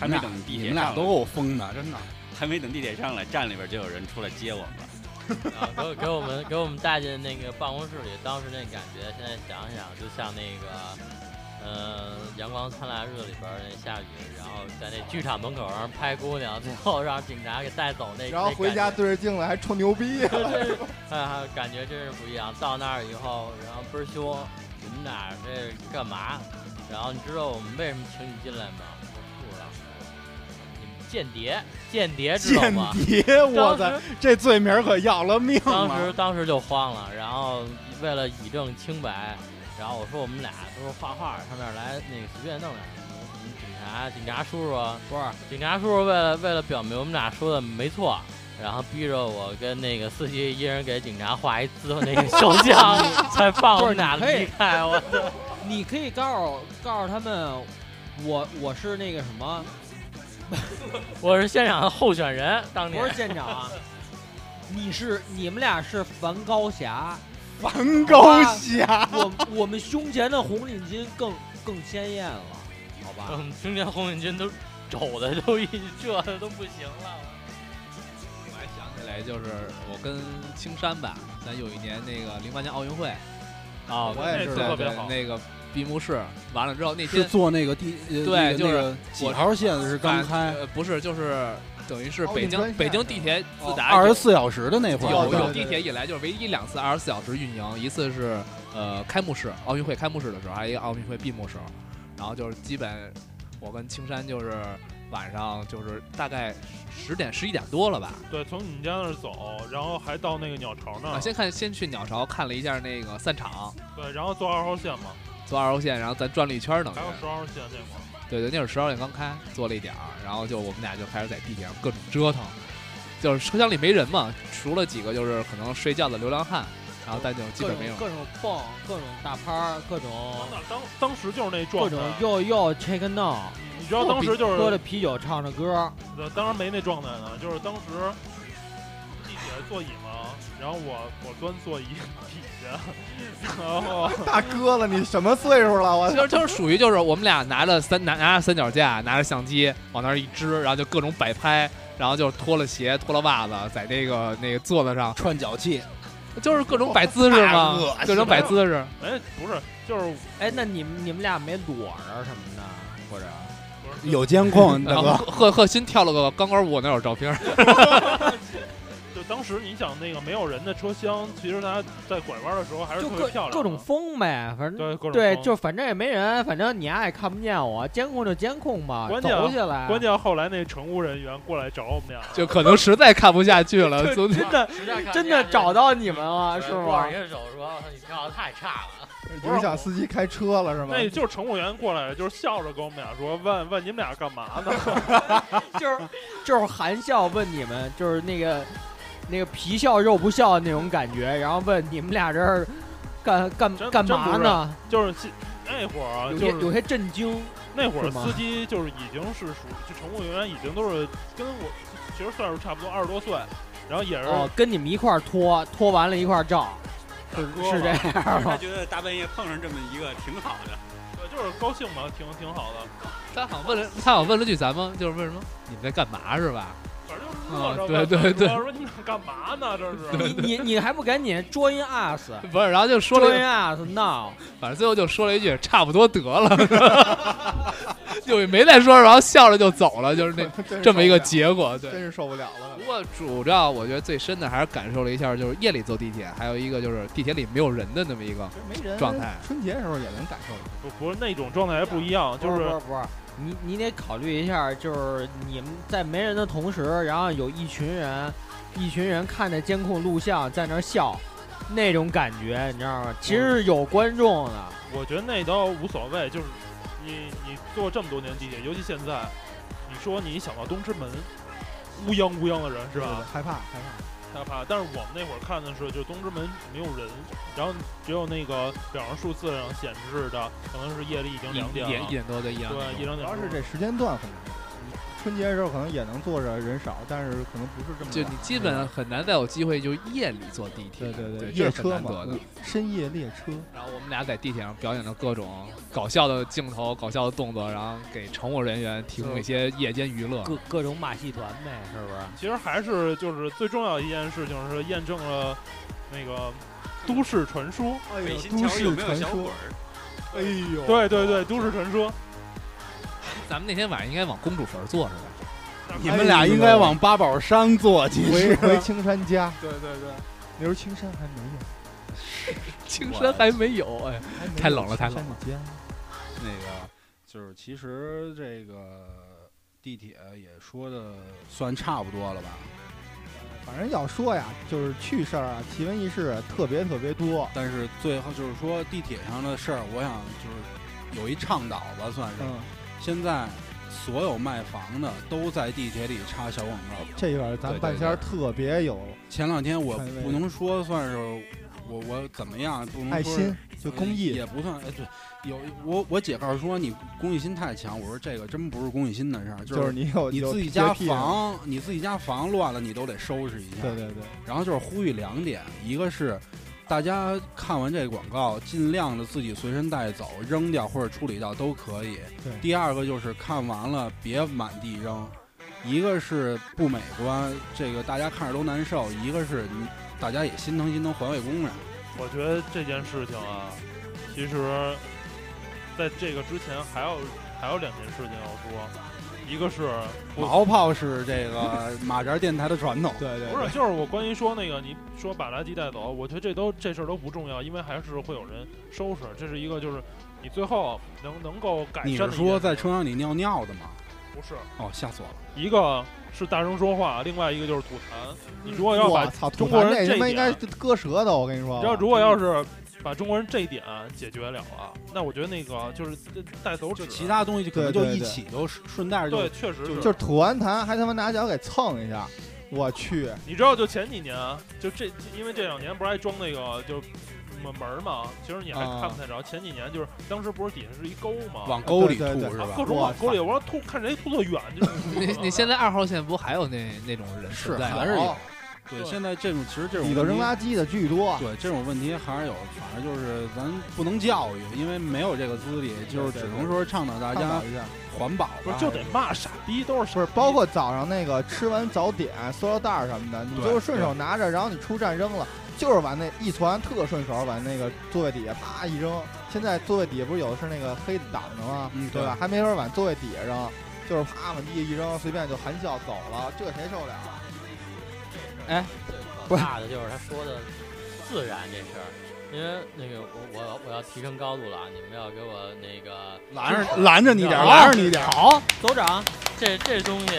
Speaker 7: 还没等地
Speaker 2: 你
Speaker 7: 铁
Speaker 2: 们
Speaker 7: 上
Speaker 2: 俩
Speaker 7: 来
Speaker 2: 都够疯的，真的。
Speaker 7: 还没等地铁上来，站里边就有人出来接我们了。
Speaker 6: 啊，给我给我们给我们带进那个办公室里，当时那感觉，现在想想就像那个，呃，《阳光灿烂日》里边儿那下雨，然后在那剧场门口上拍姑娘，最后让警察给带走那。
Speaker 1: 然后
Speaker 6: 那
Speaker 1: 回
Speaker 6: 感
Speaker 1: 家
Speaker 6: 觉
Speaker 1: 对着镜子还臭牛 逼，
Speaker 6: 真是，啊，感觉真是不一样。到那儿以后，然后倍儿凶，你们俩这干嘛？然后你知道我们为什么请你进来吗？我说不知道。你们间谍，间谍知道
Speaker 2: 间
Speaker 6: 吗？
Speaker 2: 谍，我
Speaker 6: 当
Speaker 2: 操
Speaker 6: 时，
Speaker 2: 这罪名可要了命
Speaker 6: 当
Speaker 2: 了
Speaker 6: 时。当时就慌了，然后为了以证清白，然后我说我们俩都是画画，上那儿来那个随便弄点儿。警察警察叔叔，不是警察叔叔，为了为了表明我们俩说的没错，然后逼着我跟那个司机一人给警察画一自那个肖 像，才放我们俩
Speaker 3: 不是
Speaker 6: 离
Speaker 3: 你
Speaker 6: 开。我操！
Speaker 3: 你可以告诉告诉他们，我我是那个什么，
Speaker 6: 我是现场的候选人，当
Speaker 3: 不
Speaker 6: 年
Speaker 3: 是县长啊，你是你们俩是梵高侠，
Speaker 8: 梵高侠，
Speaker 3: 我我们胸前的红领巾更更鲜艳了，好吧？
Speaker 6: 嗯，青年红领巾都肘的都已这都不行了。
Speaker 5: 我还想起来，就是我跟青山吧，咱有一年那个零八年奥运会，啊，
Speaker 3: 哦
Speaker 1: 我也
Speaker 4: 那
Speaker 1: 是
Speaker 4: 次
Speaker 5: 对
Speaker 4: 特别
Speaker 5: 对
Speaker 4: 好，
Speaker 5: 那个闭幕式完了之后，那
Speaker 2: 是
Speaker 5: 天
Speaker 2: 坐那个地呃
Speaker 5: 对
Speaker 2: 那个
Speaker 5: 就是
Speaker 2: 那个几
Speaker 5: 我
Speaker 2: 号线是刚开，
Speaker 5: 呃不是就是等于是
Speaker 1: 奥
Speaker 5: 北
Speaker 1: 运专
Speaker 5: 京
Speaker 1: 线
Speaker 5: 北京地铁自打
Speaker 2: 二
Speaker 5: 有
Speaker 2: 十四小时的那会
Speaker 1: 哦对
Speaker 5: 有有
Speaker 1: 对
Speaker 2: 儿，
Speaker 5: 地铁以来，就是唯一两次二十四小时运营，一次是呃开幕式，奥运会开幕式的时候，还有一个奥运会闭幕式，然后就是基本我跟青山就是晚上就是大概十点十一点多了吧，
Speaker 4: 对，从你们家那儿走，然后还到那个鸟巢那
Speaker 5: 啊
Speaker 4: 儿，
Speaker 5: 先看先去鸟巢看了一下那个散场，
Speaker 4: 对，然后坐二号线嘛，
Speaker 5: 坐二号线，然后咱转了一圈儿等于
Speaker 4: 还
Speaker 1: 嗯
Speaker 4: 有十号线那会儿，
Speaker 5: 对对，那会儿十二点刚开，坐了一点儿，然后就我们俩就开始在地铁上各种折腾，就是车厢里没人嘛，除了几个就是可能睡觉的流浪汉，然后但就基
Speaker 3: 各
Speaker 5: 本
Speaker 3: 种
Speaker 5: 没有。
Speaker 3: 各种蹦，各种大拍儿，各种
Speaker 4: 当当当时就是那
Speaker 3: 各
Speaker 4: 状态
Speaker 3: 种，又又 check now，
Speaker 4: 你知道当时就是
Speaker 3: 喝着啤酒唱着歌，
Speaker 4: 呃，当然没那状态呢，就是当时地铁座椅嘛，然后我我钻座椅底下，然后
Speaker 1: 大哥了，你什么岁数了？我
Speaker 5: 就是就是属于就是我们俩拿着三拿拿着三脚架，拿着相机往那儿一支，然后就各种摆拍，然后就脱了鞋脱了袜子，在那个那个座子上，
Speaker 2: 串脚气，
Speaker 5: 就是各种摆姿势嘛，各种摆姿势。
Speaker 4: 哎不是就是
Speaker 3: 哎，那你们你们俩没裸着什么的，或者
Speaker 4: 不是
Speaker 2: 有监 控，大
Speaker 5: 然后
Speaker 2: 哥，
Speaker 5: 贺贺新跳了个钢管舞，我那有照片儿。
Speaker 4: 就当时你想那个没有人的车厢，其实它在拐弯的时候还是
Speaker 3: 就
Speaker 4: 特别
Speaker 3: 各
Speaker 4: 漂亮的，
Speaker 3: 各种风呗，反正。
Speaker 4: 对各种
Speaker 3: 对，
Speaker 4: 风
Speaker 3: 就反正也没人，反正你爱看不见我，监控就监控吧，
Speaker 4: 关键啊
Speaker 3: 走起来。
Speaker 4: 关键后来那乘务人员过来找我们俩，
Speaker 5: 就可能实在看不下去了，
Speaker 3: 对
Speaker 5: 总
Speaker 3: 真的
Speaker 6: 实
Speaker 4: 啊
Speaker 6: 在看
Speaker 3: 真的找到你们了，是
Speaker 6: 握
Speaker 3: 啊吗
Speaker 6: 着一？个手说：“我操你跳的太差了。
Speaker 1: 影响司机开车了是吗？
Speaker 7: 哎
Speaker 4: 那就是乘务员过来就是笑着跟我们俩说问问你们俩干嘛呢？
Speaker 3: 就是就是含笑问你们，就是那个那个皮笑肉不笑的那种感觉，然后问你们俩这儿干干
Speaker 4: 真
Speaker 3: 干嘛
Speaker 4: 真不
Speaker 3: 呢？
Speaker 4: 就是其那会儿啊
Speaker 3: 有些
Speaker 4: 就是
Speaker 3: 有些震惊，
Speaker 4: 那会
Speaker 3: 是
Speaker 4: 儿
Speaker 3: 吗
Speaker 4: 司机就是已经是属于就乘务员已经都是跟我其实岁数差不多二十多岁，然后也是
Speaker 3: 哦，跟你们一块儿拖，拖完了一块儿照，是是这样
Speaker 7: 他
Speaker 3: 吗？
Speaker 7: 觉得大半夜碰上这么一个挺好的。
Speaker 4: 对呃就是高兴嘛，挺挺好的，
Speaker 5: 他好像问了，他好像问了句咱们就是问什么你在干嘛是吧？
Speaker 4: 反正就是乐着呗。
Speaker 5: 啊对对对
Speaker 4: 我说你们干嘛呢？这是
Speaker 3: 你你你还不赶紧 join us，join
Speaker 5: 不是，然后就说了，
Speaker 3: us now？
Speaker 5: 反正最后就说了一句差不多得了， 就也没再说，然后笑了就走了，就是 那
Speaker 1: 真是
Speaker 5: 这么一个
Speaker 1: 受
Speaker 5: 结果。
Speaker 1: 不了，
Speaker 5: 对，
Speaker 1: 真是受不了了
Speaker 5: 不。过主要我觉得最深的还是感受了一下，就是夜里坐地铁，还有一个就是地铁里没有人的那么一个
Speaker 1: 这没人
Speaker 5: 状态
Speaker 1: 春节的时候也能感
Speaker 2: 啊
Speaker 1: 受到。
Speaker 4: 不不是那种状态还不一样，就
Speaker 3: 不
Speaker 4: 是
Speaker 5: 哦
Speaker 3: 不不是，你你得考虑一下，就是你们在没人的同时，然后有一群人，一群人看着监控录像在那儿笑，那种感觉你知道吗？其实是有观众的，
Speaker 4: 我觉得那倒无所谓，就是你你坐这么多年地铁，尤其现在，你说你想到东直门，乌泱乌泱的人是
Speaker 1: 对对
Speaker 4: 吧？
Speaker 1: 害怕害怕，
Speaker 4: 害怕。但是我们那会儿看的是，就东直门没有人，然后只有那个表上数字上显示的，可能是夜里已经
Speaker 5: 一
Speaker 4: 两点
Speaker 5: 一点
Speaker 4: 了
Speaker 5: 一，点多的一样。
Speaker 4: 对，一两
Speaker 1: 主
Speaker 4: 点
Speaker 1: 要
Speaker 4: 钟。
Speaker 1: 是这时间段很难。春节的时候可能也能坐着人少，但是可能不是这么晚。
Speaker 5: 就你基本很难再有机会就夜里坐地铁，
Speaker 1: 对对
Speaker 5: 对，
Speaker 1: 夜
Speaker 5: 这是很
Speaker 1: 车
Speaker 5: 难
Speaker 1: 嘛
Speaker 5: 得的。，
Speaker 1: 深夜列 车。
Speaker 5: 然后我们俩在地铁上表演了各种搞笑的镜头、搞笑的动作，然后给乘务人员提供一些夜间娱乐。
Speaker 3: 各各种马戏团呗，是不是？
Speaker 4: 其实还是就是最重要的一件事情是验证了那个都市传说。
Speaker 1: 哎
Speaker 7: 北新
Speaker 1: 都
Speaker 7: 桥有
Speaker 1: 市
Speaker 7: 没有
Speaker 1: 传
Speaker 7: 小
Speaker 1: 说
Speaker 7: 鬼。儿？
Speaker 1: 哎呦，
Speaker 4: 对对对，都市传说。
Speaker 5: 咱们那天晚上应该往公主坟坐是吧？
Speaker 2: 你们俩应该往八宝山坐，其
Speaker 1: 回
Speaker 2: 实
Speaker 1: 回青山家，
Speaker 2: 对对对。
Speaker 1: 那时候青山还没有，
Speaker 5: 青山还没有哎，
Speaker 1: 还没有
Speaker 5: 太冷了太冷了
Speaker 1: 青山的家。
Speaker 2: 那个就是其实这个地铁也说的算差不多了吧，
Speaker 1: 反正要说呀，就是趣事儿啊，奇闻异事特别特别多。
Speaker 2: 但是最后就是说地铁上的事儿，我想就是有一倡导吧，算是、
Speaker 1: 嗯，
Speaker 2: 现在所有卖房的都在地铁里插小广告。
Speaker 1: 这一点咱
Speaker 7: 对对
Speaker 1: 半仙儿特别有
Speaker 2: 前两天我
Speaker 1: 看那个
Speaker 2: 不能说算是我我怎么样，
Speaker 5: 嗯
Speaker 2: 不能说
Speaker 1: 爱心，就公益
Speaker 2: 也不算哎对。有我我姐告诉说你公益心太强，我说这个真不是公益心的事儿，
Speaker 1: 就是
Speaker 2: 是
Speaker 1: 你有
Speaker 2: 你
Speaker 1: 有
Speaker 2: 自己家
Speaker 1: 洁癖啊
Speaker 2: 房，你自己家房乱了，你都得收拾一下。
Speaker 1: 对对对，
Speaker 2: 然后就是呼吁两点，一个是大家看完这个广告，尽量的自己随身带走，扔掉或者处理掉都可以
Speaker 1: 对。
Speaker 2: 第二个就是看完了别满地扔，一个是不美观，这个大家看着都难受；一个是你大家也心疼心疼环卫工人。
Speaker 4: 我觉得这件事情啊，其实在这个之前还有还有两件事情要说，一个是我
Speaker 2: 毛炮是这个马扎电台的传统，
Speaker 1: 对对
Speaker 4: 不是，就是我关于说那个，你说把垃圾带走，我觉得这都这事儿都不重要，因为还是会有人收拾。这是一个，就是你最后能能够改善的
Speaker 2: 你
Speaker 4: 一件
Speaker 2: 是
Speaker 4: 事。
Speaker 2: 说在车厢里尿尿的吗？
Speaker 4: 不是
Speaker 2: 哦，吓死我了！
Speaker 4: 一个是大声说话，另外一个就是吐痰。你如果要把
Speaker 1: 我，操，
Speaker 4: 中国人
Speaker 1: 这
Speaker 4: 这
Speaker 1: 他
Speaker 4: 一
Speaker 1: 妈应该
Speaker 4: 点
Speaker 1: 割舌头，我跟你说啊
Speaker 4: 你知道，如果要是把中国人这一点解决了啊，那我觉得那个就是带走纸
Speaker 2: 就，其他东西就可能
Speaker 1: 对
Speaker 2: 就
Speaker 1: 对
Speaker 2: 一
Speaker 1: 对
Speaker 2: 起都顺带着就
Speaker 4: 对，确实是。
Speaker 1: 就是吐完痰还他妈拿脚给蹭一下，我去，
Speaker 4: 你知道，就前几年，就这，因为这两年不是还装那个就门门儿嘛，其实你还
Speaker 1: 啊
Speaker 4: 看不太着。前几年就是当时不是底下是一沟嘛，
Speaker 2: 往沟里吐
Speaker 1: 对对对
Speaker 2: 是
Speaker 4: 啊
Speaker 2: 吧
Speaker 4: 各？种往沟里，我说吐，看谁吐得远就
Speaker 5: 你你现在二号线不还有那那种人
Speaker 2: 是
Speaker 5: 存在吗哦
Speaker 2: 还是有
Speaker 1: 好。
Speaker 2: 对，现在这种其实这种
Speaker 1: 里头
Speaker 2: 问
Speaker 1: 扔
Speaker 2: 题
Speaker 1: 垃圾的巨多，
Speaker 2: 对这种问题还是有，反正就是咱不能教育，因为没有这个资历，就是
Speaker 1: 对
Speaker 2: 只
Speaker 1: 对
Speaker 2: 能说倡导大
Speaker 1: 大
Speaker 2: 家
Speaker 1: 一下。
Speaker 2: 环保
Speaker 4: 不
Speaker 2: 吧
Speaker 4: 是就得骂傻逼，都是
Speaker 1: 不
Speaker 4: 傻
Speaker 1: 是
Speaker 4: 逼，
Speaker 1: 包括早上那个吃完早点塑料袋儿什么的，你
Speaker 2: 对
Speaker 1: 就顺手拿着，然后你出站扔了，就是往那一传特顺手，往那个座位底下啪一扔。现在座位底下不是有的是那个黑挡着吗？
Speaker 2: 嗯
Speaker 1: 对吧？还没法往座位底下扔，就是啪往地下一扔，随便就含笑走了，这谁受得了？啊
Speaker 6: 最可怕的就是他说的自然这事儿，因为那个我我要我要提升高度了，啊，你们要给我那个
Speaker 2: 拦着拦着你点儿，
Speaker 6: 好
Speaker 2: 拦着你点儿。
Speaker 3: 好，
Speaker 6: 首长，这这东西，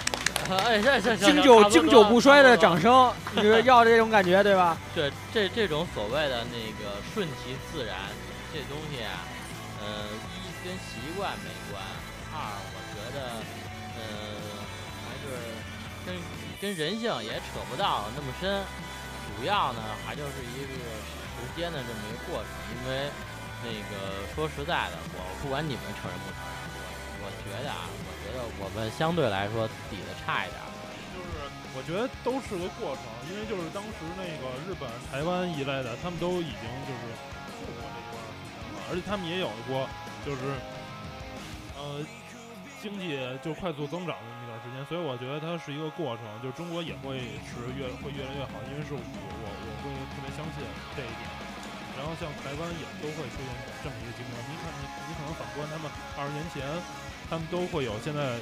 Speaker 6: 哎，这这
Speaker 3: 经久经久不衰的掌。声，你说要这种感觉对吧？
Speaker 6: 对，这这种所谓的那个顺其自然，这东西啊，呃，一跟习惯没关，二我觉得，呃，还是跟跟人性也扯不到那么深。主要呢，还就是一个时间的这么一个过程，因为那个说实在的，我不管你们承认不承认，我我觉得啊，我觉得我们相对来说底子差一点儿。
Speaker 4: 就是我觉得都是个过程，因为就是当时那个日本、台湾一类的，他们都已经就是做过这一块儿的事情了，而且他们也有过就是呃经济就快速增长的那段时间，所以我觉得它是一个过程，就是中国也会是越会越来越好，因为是我我我会特别相信这一点。然后像台湾也都会出现这么一个情况，你看你你可能反观他们二十年前，他们都会有现在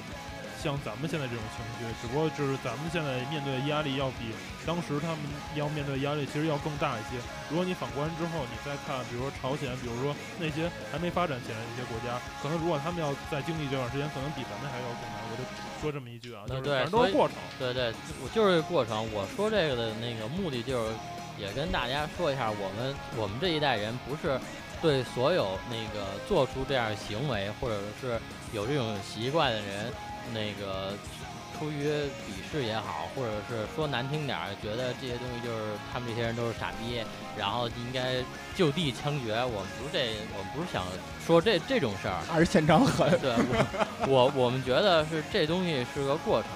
Speaker 4: 像咱们现在这种情绪，只不过就是咱们现在面对压力要比当时他们要面对压力其实要更大一些。如果你反观之后，你再看，比如说朝鲜，比如说那些还没发展起来的一些国家，可能如果他们要再经历这段时间，可能比咱们还要更难。我就说这么一句啊，
Speaker 6: 那
Speaker 4: 就是
Speaker 6: 对
Speaker 4: 反正都
Speaker 6: 所
Speaker 4: 是
Speaker 6: 以
Speaker 4: 过程。
Speaker 6: 对对，我就是这个过程。我说这个的那个目的就是，也跟大家说一下，我们我们这一代人不是对所有那个做出这样的行为，或者是有这种习惯的人，那个出于鄙视也好，或者是说难听点儿，觉得这些东西就是他们这些人都是傻逼，然后应该就地枪决。我们不是这，我们不是想说这这种事儿，
Speaker 1: 还是现场狠，
Speaker 6: 对，我我我们觉得是这东西是个过程，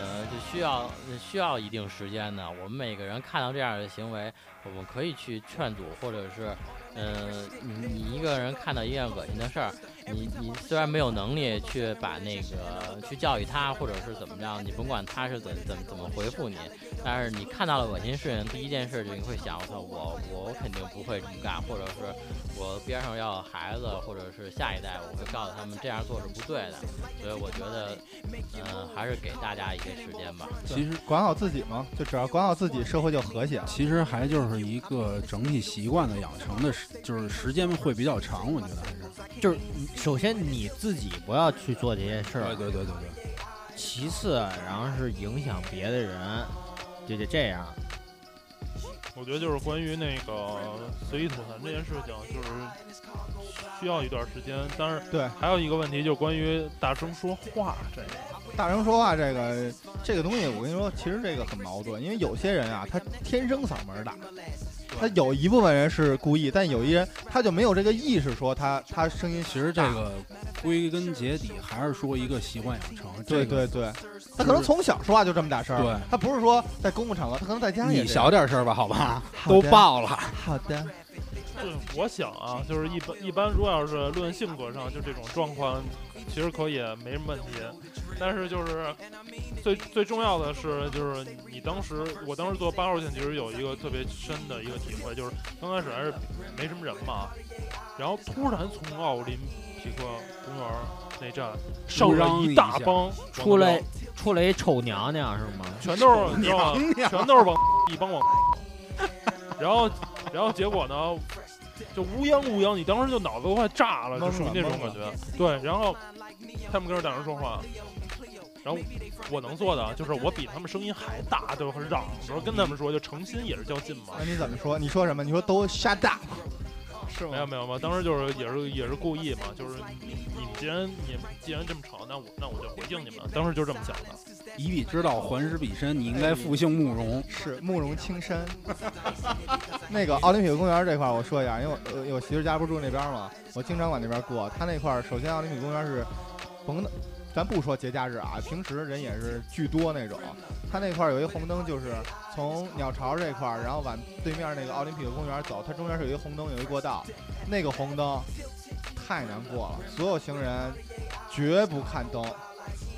Speaker 6: 呃，就需要需要一定时间的。我们每个人看到这样的行为，我们可以去劝阻，或者是，呃，你你一个人看到一件恶心的事儿，你你虽然没有能力去把那个去教育他，或者是怎么着，你甭管他是怎怎怎么回复你，但是你看到了恶心事情，第一件事就你会想，我操，我我肯定不会这么干，或者是我边上要有孩子或者是下一代，我会告诉他们这样做是不对的。所以我觉得，呃，还是给大家一些时间吧。
Speaker 2: 其实
Speaker 1: 管好自己嘛，就只要管好自己，社会就和谐了。
Speaker 2: 其实还就是一个整体习惯的养成的时，就是时间会比较长，我觉得还是。
Speaker 3: 就是首先你自己不要去做这些事儿，啊
Speaker 2: 对对对对，
Speaker 3: 其次然后是影响别的人，就得这样。
Speaker 4: 我觉得就是关于那个随意吐痰这件事情，就是需要一段时间。但是
Speaker 1: 对
Speaker 4: 还有一个问题就是关于大声说话这个，
Speaker 1: 大声说话这个这个东西，我跟你说，其实这个很矛盾，因为有些人啊，他天生嗓门大，他有一部分人是故意，但有一人他就没有这个意识，说他他声音
Speaker 2: 其实这个归根结底还是说一个习惯养成。
Speaker 1: 对
Speaker 2: 这个
Speaker 1: 对对，他可能从小说话就这么大声儿，
Speaker 2: 对
Speaker 1: 他不是说在公共场合，他可能在家里也
Speaker 2: 你
Speaker 1: 这样
Speaker 2: 小点声儿吧，好吧，
Speaker 1: 好
Speaker 2: 都
Speaker 1: 的
Speaker 2: 爆了。
Speaker 1: 好的，
Speaker 4: 就是我想啊，就是一般一般，如果要是论性格上，就这种状况，其实可以没什么问题。但是就是最最重要的是，就是你当时，我当时做八号线，其实有一个特别深的一个体会，就是刚开始还是没什么人嘛，然后突然从奥林匹克公园那站上来一大帮
Speaker 3: 出来出来一丑娘娘是吗？
Speaker 4: 全都是你知道吗？
Speaker 8: 娘娘
Speaker 4: 全都是往一帮往， 然后然后结果呢，就乌泱乌泱，你当时就脑子都快炸了，就属于那种感觉。对，然后他们跟着大人说话，然后我能做的啊就是我比他们声音还大，就嚷着跟他们说，就诚心也是较劲嘛
Speaker 1: 那。你怎么说？你说什么？你说都 shut up，是
Speaker 4: 没有？没有嘛，当时就是也是也是故意嘛，就是你你们既然你们既然这么吵，那我那我就回敬你们，当时就这么想的。
Speaker 2: 以彼之道还施彼身，你应该复姓慕容。
Speaker 1: 是慕容青山。那个奥林匹克公园这块儿，我说一下，因为我呃我媳妇家不是住那边儿嘛，我经常往那边过。他那块儿，首先奥林匹克公园是甭，咱不说节假日啊，平时人也是巨多那种。他那块儿有一红灯，就是从鸟巢这块儿，然后往对面那个奥林匹克公园走，它中间是有一个红灯，有一过道，那个红灯太难过了，所有行人绝不看灯。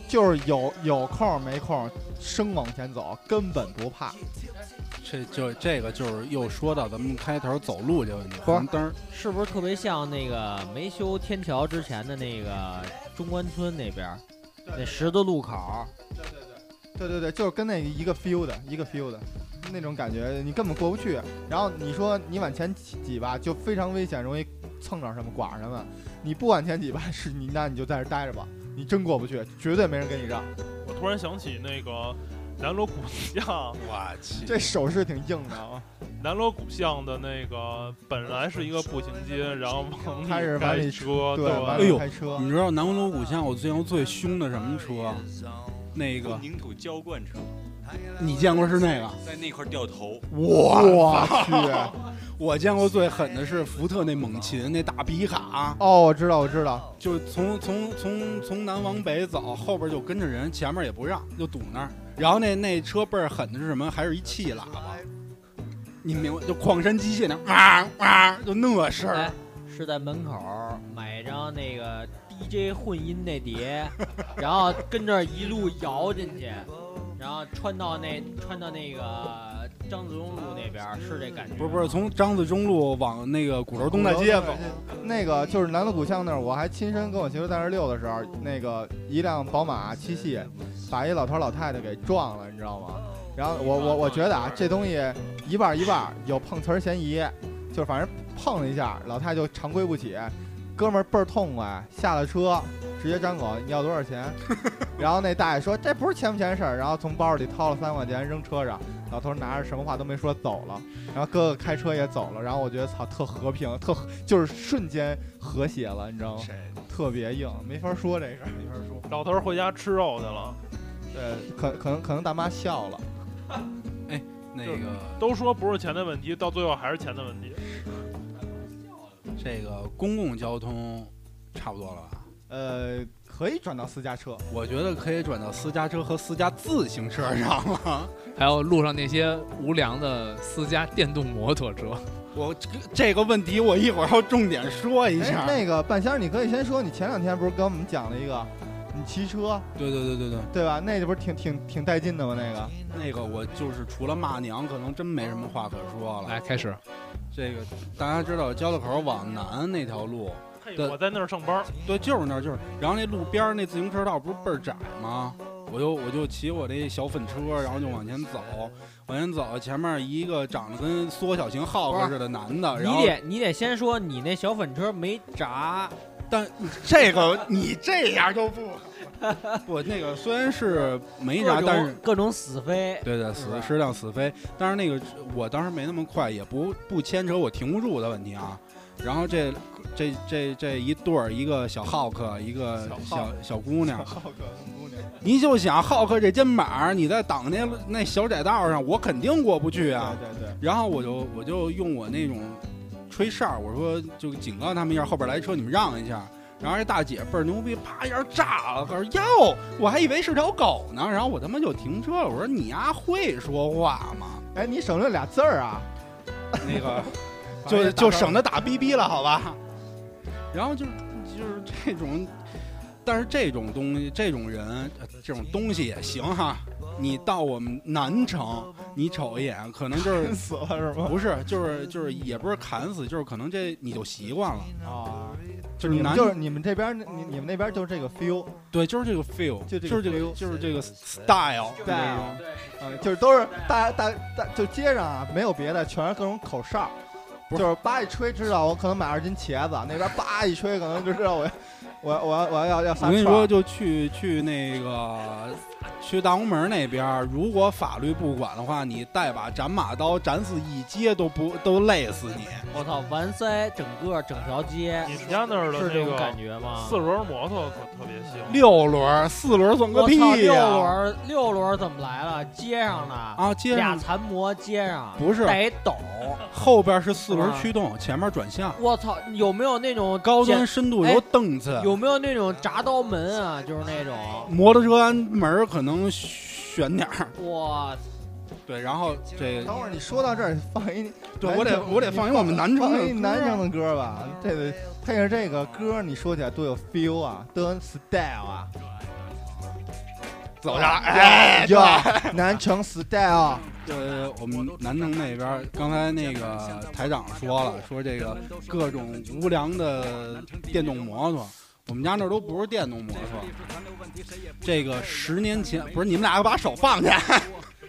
Speaker 1: 就是有有空儿没空儿，生往前走，根本不怕。
Speaker 2: 这就这个就是又说到咱们开头走路这问题，
Speaker 1: 不是
Speaker 2: 红灯儿
Speaker 3: 是不是特别像那个没修天桥之前的那个中关村那边儿那十字路口儿？
Speaker 1: 对对对，就是跟那一个 feel 的，一个 feel 的那种感觉，你根本过不去。啊然后你说你往前挤挤吧，就非常危险，容易蹭着什么、刮着什么。你不往前挤吧，是你那你就在这待着吧，你真过不去，绝对没人跟你让。
Speaker 4: 我突然想起那个南锣鼓巷。
Speaker 2: 我去，
Speaker 1: 这手势挺硬的啊，
Speaker 4: 南锣鼓巷的那个本来是一个步行街，然后往里
Speaker 1: 开始往
Speaker 4: 开
Speaker 1: 里
Speaker 4: 车，
Speaker 1: 对，完
Speaker 2: 哎
Speaker 1: 了
Speaker 2: 呦
Speaker 1: 开车，
Speaker 2: 你知道南锣鼓巷我最近最凶的什么车？啊那个
Speaker 7: 混凝土浇灌车，
Speaker 2: 你见过是那个？
Speaker 7: 在那块儿掉头，
Speaker 1: 我去，
Speaker 2: 我见过最狠的是福特那猛禽，那大皮卡，啊
Speaker 1: 哦，我知道，我知道，
Speaker 2: 就从从从从南往北走，后边就跟着人，前面也不让，就堵那儿。然后那那车倍儿狠的是什么？还是一气喇叭，你明白？就矿山机械那哇哇，就那声儿
Speaker 3: 哎。，是在门口儿买一张那个 DJ 混音那 碟，然后跟这儿一路摇进去，然后穿到那穿到那个张自忠路那边儿，是这感觉吗？
Speaker 2: 不是不是，从张自忠路往那个鼓楼东大街走，
Speaker 1: 那个就是南锣鼓巷那儿，我还亲身跟我媳妇在那儿溜的时候，那个一辆宝马七系把一老头老太太给撞了，你知道吗？然后我我我觉得啊，这东西一半儿一半儿有碰瓷儿嫌疑，就反正碰了一下，老太太就常规不起，哥们儿倍儿痛快，下了车直接张口你要多少钱，然后那大爷说这不是钱不钱的事儿，然后从包里掏了三块钱扔车上，老头拿着什么话都没说走了，然后哥哥开车也走了，然后我觉得操特和平，特就是瞬间和谐了，你知道吗？特别硬，没法说这事儿，没法说。
Speaker 4: 老头儿回家吃肉去了。
Speaker 1: 呃，可可能可能大妈笑了，
Speaker 2: 那个
Speaker 4: 都说不是钱的问题，到最后还是钱的问题。
Speaker 2: 这个公共交通差不多了吧？
Speaker 1: 呃，可以转到私家车，
Speaker 2: 我觉得可以转到私家车和私家自行车上了。
Speaker 5: 还有路上那些无良的私家电动摩托车，
Speaker 2: 我这个这个问题我一会儿要重点说一
Speaker 1: 哎
Speaker 2: 下。，
Speaker 1: 那个半仙儿，你可以先说，你前两天不是跟我们讲了一个，你骑车
Speaker 2: 对对对对对，
Speaker 1: 对吧？那不是挺挺挺带劲的吗？那个，
Speaker 2: 那个我就是除了骂娘，可能真没什么话可说
Speaker 3: 哎
Speaker 2: 了。
Speaker 5: 来开始。
Speaker 2: 这个大家知道，交道口往南那条路，
Speaker 4: 嘿
Speaker 2: 对
Speaker 4: 我在那儿上班，
Speaker 2: 对，就是那儿，就是。然后那路边儿那自行车道不是倍儿窄吗？我就我就骑我这小粉车，然后就往前走，往前走，前面一个长得跟缩小型耗
Speaker 3: 不
Speaker 2: 子
Speaker 3: 是
Speaker 2: 似的男的，啊然
Speaker 3: 你
Speaker 2: 后
Speaker 3: 得你得先说你那小粉车没闸，
Speaker 2: 这个你这样就不不，那个虽然是没
Speaker 3: 各
Speaker 2: 啥，但
Speaker 3: 种
Speaker 2: 是
Speaker 3: 各种死飞，
Speaker 2: 对对，
Speaker 3: 是吧
Speaker 2: 死适量死飞，但是那个我当时没那么快，也不不牵扯我停不住的问题啊。然后这这这这一对儿，一个小浩克，一个
Speaker 1: 小浩
Speaker 2: 小小姑娘，
Speaker 1: 浩克姑娘，
Speaker 2: 你就想浩克这肩膀，你在挡那那小窄道上，我肯定过不去啊。
Speaker 1: 对对对，
Speaker 2: 然后我就我就用我那种吹哨，我说就警告他们一下，后边来车你们让一下。然后这大姐倍儿牛逼，啪一下炸了，我说哟，我还以为是条狗呢。然后我他妈就停车了，我说你丫会说话吗？
Speaker 1: 哎，你省略俩字儿啊，
Speaker 2: 那 个
Speaker 1: 把
Speaker 2: 就
Speaker 1: 这打
Speaker 2: 就
Speaker 1: 招呼
Speaker 2: 省得打逼逼了，好吧？ 然后就是就是这种，但是这种东西，这种人，呃这种东西也行哈。你到我们南城，你瞅一眼，可能就是
Speaker 1: 死了是吗？
Speaker 2: 不是，就是就是也不是砍死，就是可能这你就习惯了，
Speaker 1: 啊，
Speaker 2: 就是
Speaker 1: 你们
Speaker 2: 男
Speaker 1: 就是你们这边儿，你你们那边儿就是这个 feel，
Speaker 2: 对，就是这个 feel，
Speaker 1: 就这
Speaker 2: 是这
Speaker 1: 个
Speaker 2: 个
Speaker 1: feel
Speaker 2: 就是这个 style，
Speaker 1: 对啊，嗯，就是都是大大大，就街上啊，没有别的，全是各种口哨，
Speaker 2: 不
Speaker 1: 就是是叭一吹，知道我可能买二斤茄子，那边叭一吹，可能就知道我我我要我要要
Speaker 2: 我
Speaker 1: 撒
Speaker 2: 跟你
Speaker 1: 串
Speaker 2: 说，，就去去那个去大红门那边儿，如果法律不管的话，你带把斩马刀，斩死一街都不都累死你。
Speaker 3: 我操，完塞整个整条街，
Speaker 4: 你们家那儿的
Speaker 3: 是这
Speaker 4: 那
Speaker 3: 种感
Speaker 4: 个
Speaker 3: 觉吗？
Speaker 4: 四轮摩托可特别像，
Speaker 2: 六轮儿、四轮儿算个
Speaker 3: 我操，
Speaker 2: 屁
Speaker 3: 六
Speaker 2: 呀、
Speaker 3: 轮儿六轮儿怎么来了？街上的，
Speaker 2: 啊！街
Speaker 3: 俩
Speaker 2: 上
Speaker 3: 残模街上
Speaker 2: 不是
Speaker 3: 带一 斗，
Speaker 2: 后边是四轮
Speaker 3: 啊
Speaker 2: 驱动，前面转向，
Speaker 3: 我操，有没有那种
Speaker 2: 高
Speaker 3: 剪
Speaker 2: 端深度
Speaker 3: 哎
Speaker 2: 有凳子，
Speaker 3: 有没有那种铡刀门啊？就是那种，
Speaker 2: 摩托车门儿可能悬点儿。
Speaker 3: 哇，
Speaker 2: 对，然后这
Speaker 1: 等会儿你说到这儿，放一
Speaker 2: 对我得我得放一我们南城
Speaker 1: 放
Speaker 2: 的
Speaker 1: 一
Speaker 2: 歌
Speaker 1: 南城的歌吧，这个配上这个歌，你说起来多有 feel 啊，多有 style 啊，
Speaker 2: 走下哎，
Speaker 1: 哟，南城 style，
Speaker 2: 呃，我们南城那边儿刚才那个台长说了，说这个各种无良的电动摩托。我们家那儿都不是电动摩托，这个十年前不是你们俩把手放下。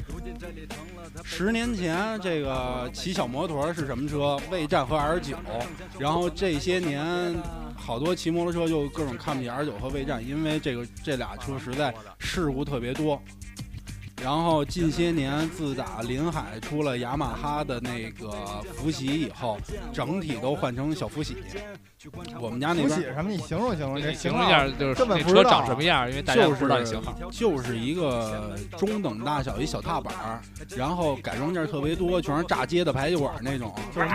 Speaker 2: 十年前，这个骑小摩托是什么车？魏战和 R 九。然后这些年，好多骑摩托车就各种看不起 R 九和魏战，因为这个这俩车实在事故特别多。然后近些年，自打林海出了雅马哈的那个福喜以后，整体都换成小福喜。我们家那
Speaker 1: 福
Speaker 2: 边
Speaker 1: 喜什么？你形容形容，
Speaker 5: 你
Speaker 1: 这
Speaker 5: 哎
Speaker 1: 形
Speaker 5: 形容一
Speaker 1: 象
Speaker 5: 下，就是
Speaker 1: 根本
Speaker 5: 那
Speaker 1: 不知
Speaker 5: 车
Speaker 1: 道
Speaker 5: 长什么样，因为大家
Speaker 2: 就
Speaker 5: 不知道你
Speaker 2: 是
Speaker 5: 型号。
Speaker 2: 就是一个中等大小一小踏板儿，然后改装件儿特别多，全是炸街的排气管儿那种。
Speaker 1: 就是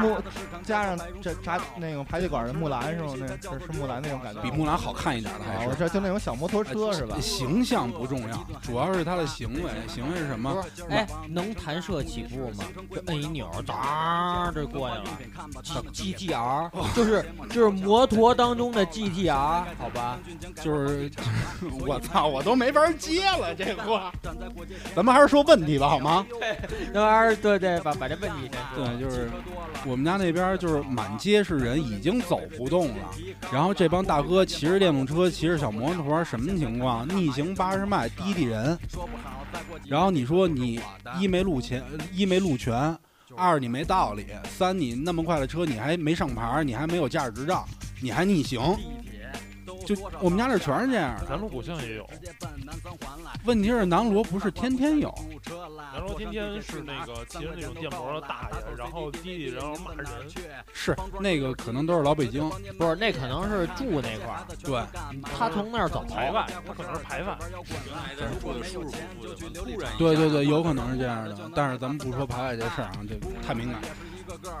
Speaker 1: 木木加上这扎那种排气管的木兰是吗？那是是木兰那种感觉，
Speaker 2: 比木兰好看一点的还
Speaker 1: 啊，我
Speaker 2: 是。
Speaker 1: 知道就那种小摩托车是吧？
Speaker 2: 形象不重要，主要是它的行为。行为是什么
Speaker 3: 不？是，哎，能弹射起步吗？就摁一钮，当就过去了。G G T R
Speaker 1: 哦
Speaker 3: 就是就是摩托当中的 G T R，好吧？
Speaker 2: 就是 我操，我都没法接了这话。咱们还是说问题吧，好吗？
Speaker 3: 那玩意儿，对对，把把这问题先说。
Speaker 2: 对，就是我们家那边就是满街是人，已经走不动了。然后这帮大哥骑着电动车，骑着小摩托，什么情况？逆行八十迈，滴滴人。然后你说你一没路权，一没路权，二你没道理，三你那么快的车你还没上牌，你还没有驾驶执照，你还逆行。就我们家这全是这样的。
Speaker 4: 南锣鼓巷也有，
Speaker 2: 问题是南锣不是天天有，
Speaker 4: 南锣天天是那个骑着那种电摩的大爷，然后滴滴，然后骂人，
Speaker 2: 是那个可能都是老北京。
Speaker 3: 不是，那可能是住那块儿，
Speaker 2: 对，
Speaker 3: 他从那儿走。
Speaker 4: 排外，他可能是排外。
Speaker 7: 原来的住的舒舒服服的，突然一
Speaker 2: 对对对，有可能是这样的，但是咱们不说排外这事儿啊，这太敏感。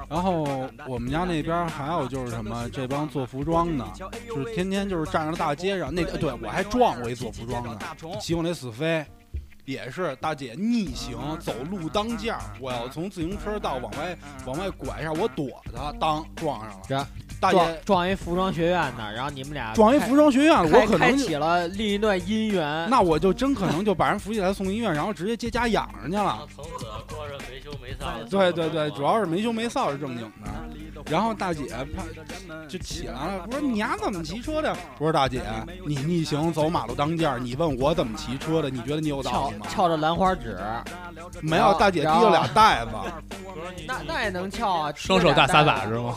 Speaker 2: 然后我们家那边儿还有就是什么，这帮做服装的，就是天天就是站着大街上，那个对我还撞过一做服装的，
Speaker 1: 嗯
Speaker 2: 骑我那死飞，也是大姐逆行走路当间儿，我要从自行车道往外往外拐一下，我躲她，当撞上了，
Speaker 3: 这
Speaker 2: 大姐
Speaker 3: 啊撞撞一服装学院的，然后你们俩
Speaker 2: 撞一
Speaker 3: 开
Speaker 2: 服装学院，我
Speaker 3: 开
Speaker 2: 可
Speaker 3: 开
Speaker 2: 能就
Speaker 3: 启了另一段姻缘。
Speaker 2: 那我就真可能就把人扶起来送医院，然后直接接家养上去了
Speaker 6: 然。后从此过着没羞没臊的。
Speaker 2: 对对对，主要是没羞没臊是正经的。然后大姐怕就起来了，我说你丫怎么骑车的？我说大姐，你逆行走马路当间儿，你问我怎么骑车的？你觉得你有道
Speaker 3: 翘
Speaker 2: 理吗？
Speaker 3: 翘着兰花指，
Speaker 2: 没有，大姐提了俩袋子。
Speaker 3: 那那也能翘啊，
Speaker 5: 双手大撒把是吗？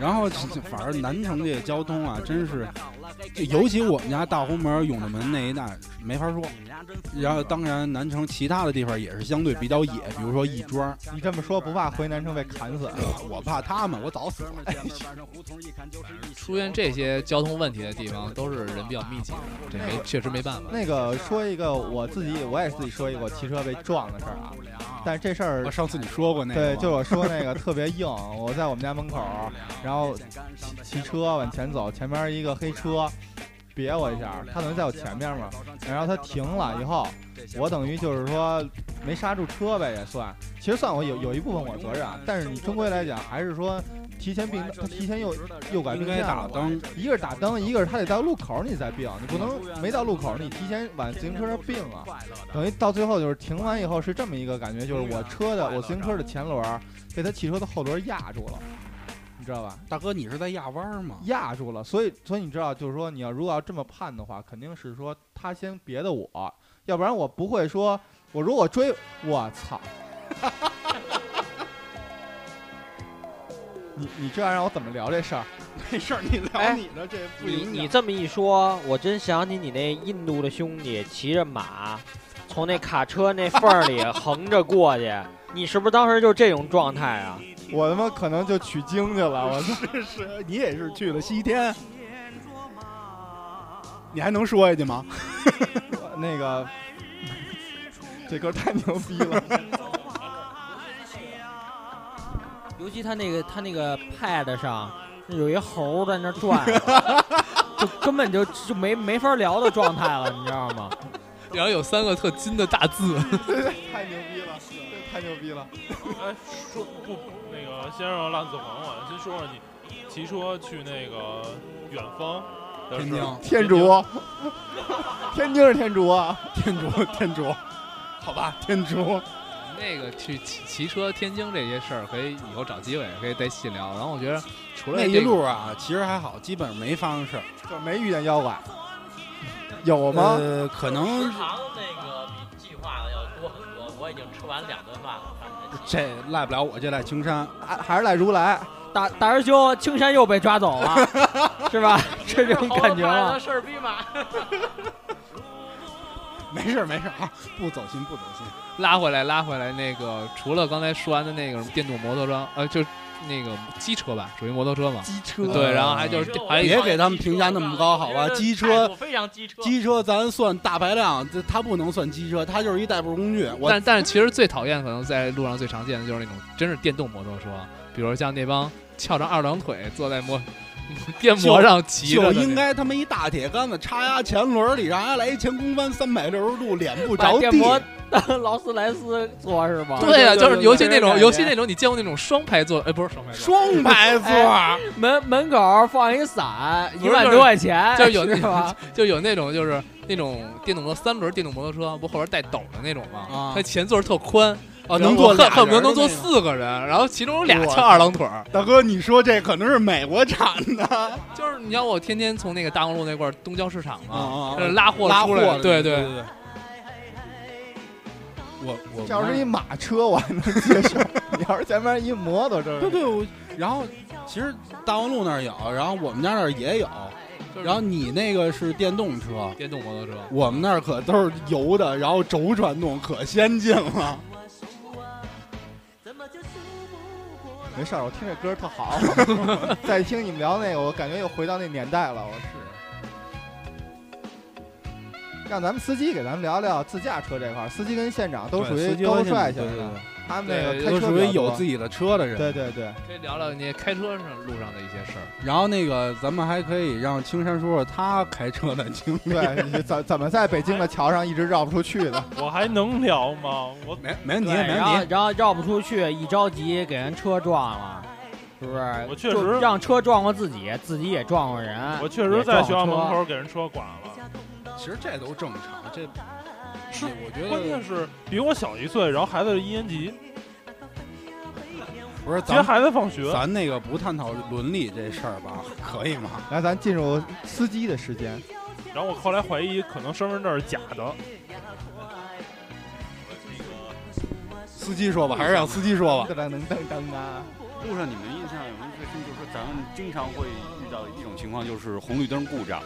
Speaker 2: 然后反正南城这个交通啊，真是就尤其我们家大红门、永定门那一带没法说。
Speaker 7: 你们家真服
Speaker 2: 然后，当然，南城其他的地方也是相对比较野，比如说亦庄，
Speaker 1: 你这么说不怕回南城被砍 死？啊
Speaker 2: 我怕他们，我早死了。
Speaker 1: 哎
Speaker 5: 出现这些交通问题的地方都是人比较密集的，这没确实没办法。
Speaker 1: 那个说一个我自己，我也自己说一个我骑车被撞的 事儿啊。但是这事儿
Speaker 2: 啊上次你说过那个
Speaker 1: 对，
Speaker 2: 吗，
Speaker 1: 就我说那个特别硬，我在我们家门口，然后骑骑车往前走，前面一个黑车别我一下，他等于在我前面嘛，然后他停了以后，我等于就是说没刹住车呗，也算，其实算我有有一部分我责任，啊，但是你终归来讲还是说提前并他提前右右拐并
Speaker 2: 应
Speaker 1: 线
Speaker 2: 该打
Speaker 1: 了。
Speaker 2: 灯。
Speaker 1: 一个是打灯，一个是他得到路口你再并，你不能没到路口你提前往自行车那儿并啊。等于到最后就是停完以后是这么一个感觉，就是我车的我自行车的前轮儿被他汽车的后轮压住了，你知道吧？
Speaker 2: 大哥，你是在压弯吗？
Speaker 1: 压住了，所以所以你知道，就是说你要如果要这么判的话，肯定是说他先别的我，要不然我不会说我如果追我操。 你你这样让我怎么聊这事儿？
Speaker 8: 没事儿，你聊
Speaker 3: 哎
Speaker 8: 你的，这不
Speaker 3: 你
Speaker 8: 影
Speaker 3: 你
Speaker 8: 响。
Speaker 3: 这么一说，我真想起你那印度的兄弟骑着马，从那卡车那缝儿 里横着过去，你是不是当时就是这种状态啊？
Speaker 1: 我他妈可能就取经去了，我操！
Speaker 8: 是是，你也是去了西天，
Speaker 2: 你还能说下去吗？
Speaker 1: 那个， 这歌太牛逼了。
Speaker 3: 尤其他那个他那个 pad 上有一猴儿在那儿 转，就根本就就没没法聊的状态了，你知道吗？
Speaker 5: 然后有三个特金的大字，
Speaker 1: 太牛逼了，这太牛逼了！
Speaker 4: 哎，说不那个，先让烂子还我，先说说你骑车去那个远方的
Speaker 2: 天
Speaker 4: 事
Speaker 2: 津
Speaker 4: 儿，
Speaker 1: 天竺，天津是天竺啊！
Speaker 2: 天竺，天竺，
Speaker 5: 好吧？
Speaker 2: 天竺。
Speaker 5: 那个去骑骑车天津这些事儿，可以以后找机会可以再细聊。然后我觉得除了
Speaker 2: 那一
Speaker 5: 这个
Speaker 2: 路啊，其实还好，基本上没发生事儿。
Speaker 1: 就没遇见妖怪，有吗？
Speaker 2: 呃，可
Speaker 6: 食
Speaker 2: 能
Speaker 6: 堂那个比计划的要多很多，我已经吃完两顿饭 了，他们才起。
Speaker 2: 这赖不了我，这赖青山。
Speaker 1: 还还是赖如来？
Speaker 3: 大大师兄，青山又被抓走了，是 吧？是这种感
Speaker 2: 啊
Speaker 3: 觉
Speaker 6: 了，
Speaker 3: 吗？
Speaker 6: 事儿逼嘛。
Speaker 2: 没事儿没事儿啊，不走心不走心。
Speaker 5: 拉回来，拉回来。那个除了刚才说完的那个什么电动摩托车，呃，就是那个机车吧，属于摩托车嘛。呃
Speaker 2: 机车
Speaker 5: 对，然后还就是
Speaker 6: 机车
Speaker 5: 还有一
Speaker 2: 别给他们评价那么高好吧
Speaker 6: 我觉得
Speaker 2: 机车
Speaker 6: 态度非常机车，
Speaker 2: 机车咱算大排量，这它不能算机车，它就是一代步工具。我
Speaker 5: 但但是其实最讨厌可能在路上最常见的就是那种真是电动摩托车，比如像那帮翘着二郎腿坐在摩电摩上骑着的
Speaker 2: 就
Speaker 5: 那
Speaker 2: 应该他妈一大铁杆子插压前轮里，让他来一前空翻三百六十度，脸不
Speaker 3: 把
Speaker 2: 着
Speaker 3: 电
Speaker 2: 地。
Speaker 3: 摩当劳斯莱斯坐是吗？
Speaker 5: 对啊，
Speaker 2: 对对
Speaker 5: 就是
Speaker 2: 对
Speaker 5: 尤其那种
Speaker 2: 对
Speaker 5: 尤其那种你见过那种双排座，哎，不是双排座，
Speaker 2: 双排座，
Speaker 3: 门门口放一伞，
Speaker 5: 不
Speaker 3: 一
Speaker 5: 是
Speaker 3: 万
Speaker 5: 就是
Speaker 3: 多块钱，
Speaker 5: 就是有那
Speaker 3: 是吧？
Speaker 5: 就有那种就是那种电动摩托三轮电动摩托车，不后边带斗的那种吗
Speaker 2: 啊？
Speaker 5: 它前座特宽，
Speaker 2: 哦，
Speaker 5: 然后
Speaker 2: 能坐
Speaker 5: 恨
Speaker 2: 俩
Speaker 5: 恨不得
Speaker 2: 人
Speaker 5: 能坐
Speaker 2: 的那种。
Speaker 5: 四个人，然后其中有俩
Speaker 2: 我
Speaker 5: 翘二郎腿儿。
Speaker 2: 大哥，你说这可能是美国产的
Speaker 5: 就是你要我天天从那个大望路那块儿东郊市场嘛，
Speaker 2: 啊
Speaker 5: 就是呃拉货
Speaker 2: 拉
Speaker 5: 出
Speaker 2: 货
Speaker 5: 来，
Speaker 2: 的
Speaker 5: 对
Speaker 2: 对
Speaker 5: 对，
Speaker 2: 对。我我
Speaker 1: 这要是一马车，我还能接受。你要是前面一摩托车，
Speaker 2: 对对，我然后其实大望路那儿有，然后我们家那儿也有，然后你那个是电动车，
Speaker 5: 电动摩托车。
Speaker 2: 我们那儿可都是油的，然后轴传动，可先进了。
Speaker 1: 没事儿，我听这歌特好。 再听你们聊那个，我感觉又回到那年代了。我是。让咱们司机给咱们聊聊自驾车这块儿，司机跟县长都属于高富帅型的，他们那个
Speaker 2: 都
Speaker 1: 开车
Speaker 2: 属于
Speaker 1: 比较
Speaker 2: 有
Speaker 1: 多
Speaker 2: 自己的车的人。
Speaker 1: 对对 对，
Speaker 5: 可以聊聊那开车上路上的一些事儿。
Speaker 2: 然后那个，咱们还可以让青山说说他开车的经历。
Speaker 1: 对，你怎怎么在北京的桥上一直绕不出去的？
Speaker 4: 我还能聊吗？我
Speaker 2: 没没问题，
Speaker 3: 对，
Speaker 2: 没
Speaker 3: 然后
Speaker 2: 问题。
Speaker 3: 然后绕不出去，一着急给人车撞了，是不是？
Speaker 4: 我确
Speaker 3: 就
Speaker 4: 实
Speaker 3: 让车撞过自己，自己也撞过人。
Speaker 4: 我确实在学校门口给人车剐了，
Speaker 2: 其实这都正常，这
Speaker 4: 是
Speaker 2: 我觉
Speaker 4: 关键是比我小一岁，然后孩子是一年级，
Speaker 2: 不是
Speaker 4: 接
Speaker 2: 咱
Speaker 4: 孩子放学。
Speaker 2: 咱那个不探讨伦理这事儿吧，可以吗？
Speaker 1: 来，咱进入司机的时间。
Speaker 4: 然后我后来怀疑可能身份证是假的，
Speaker 2: 司机说吧，还是让司机说吧。
Speaker 1: 噔噔噔噔啊！
Speaker 7: 路上你们印象有没有最深？就是说咱们经常会遇到一种情况，就是红绿灯故障，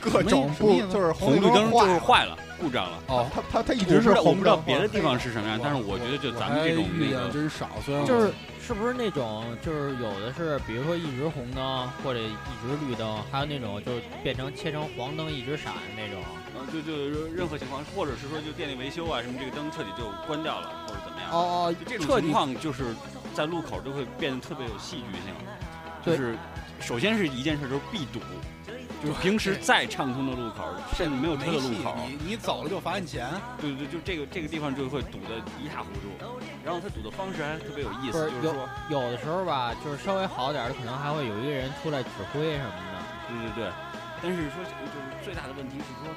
Speaker 1: 各种
Speaker 2: 什么
Speaker 1: 不
Speaker 2: 意思
Speaker 1: 就是
Speaker 7: 红
Speaker 1: 绿
Speaker 7: 绿灯就
Speaker 1: 坏
Speaker 7: 是
Speaker 1: 了，
Speaker 7: 坏了，故障了。
Speaker 2: 哦，
Speaker 1: 它它它一
Speaker 7: 我
Speaker 1: 直
Speaker 7: 不
Speaker 1: 是
Speaker 7: 知道我
Speaker 1: 红
Speaker 7: 不
Speaker 1: 绿
Speaker 7: 知道
Speaker 1: 灯
Speaker 7: 别的
Speaker 1: 坏
Speaker 7: 地方是什么样，
Speaker 2: 我
Speaker 7: 但是我觉得就
Speaker 2: 我
Speaker 7: 咱们这种
Speaker 2: 还遇
Speaker 7: 那
Speaker 2: 见
Speaker 7: 个，
Speaker 2: 真少，虽然我
Speaker 3: 就是是不是那种就是有的是，比如说一直红灯或者一直绿灯，还有那种就是变成切成黄灯一直闪那种。
Speaker 7: 呃，就就任何情况，或者是说就电力维修啊什么，这个灯彻底就关掉了，或者怎么样。
Speaker 3: 哦哦，
Speaker 7: 就这种
Speaker 3: 彻
Speaker 7: 情
Speaker 3: 底
Speaker 7: 况就是在路口就会变得特别有戏剧性，就
Speaker 3: 对
Speaker 7: 是首先是一件事就是必堵，就是平时再畅通的路口，甚至没有车的
Speaker 8: 没戏
Speaker 7: 路口，
Speaker 8: 你你走了就罚你钱，
Speaker 7: 对对，对就这个这个地方就会堵得一塌糊涂。然后他堵的方式还特别有
Speaker 3: 不
Speaker 7: 意思，
Speaker 3: 是
Speaker 7: 就是说，
Speaker 3: 有的时候吧，就是稍微好点儿的，可能还会有一个人出来指挥什么的。
Speaker 7: 对对对。但是说就是最大的问题是说，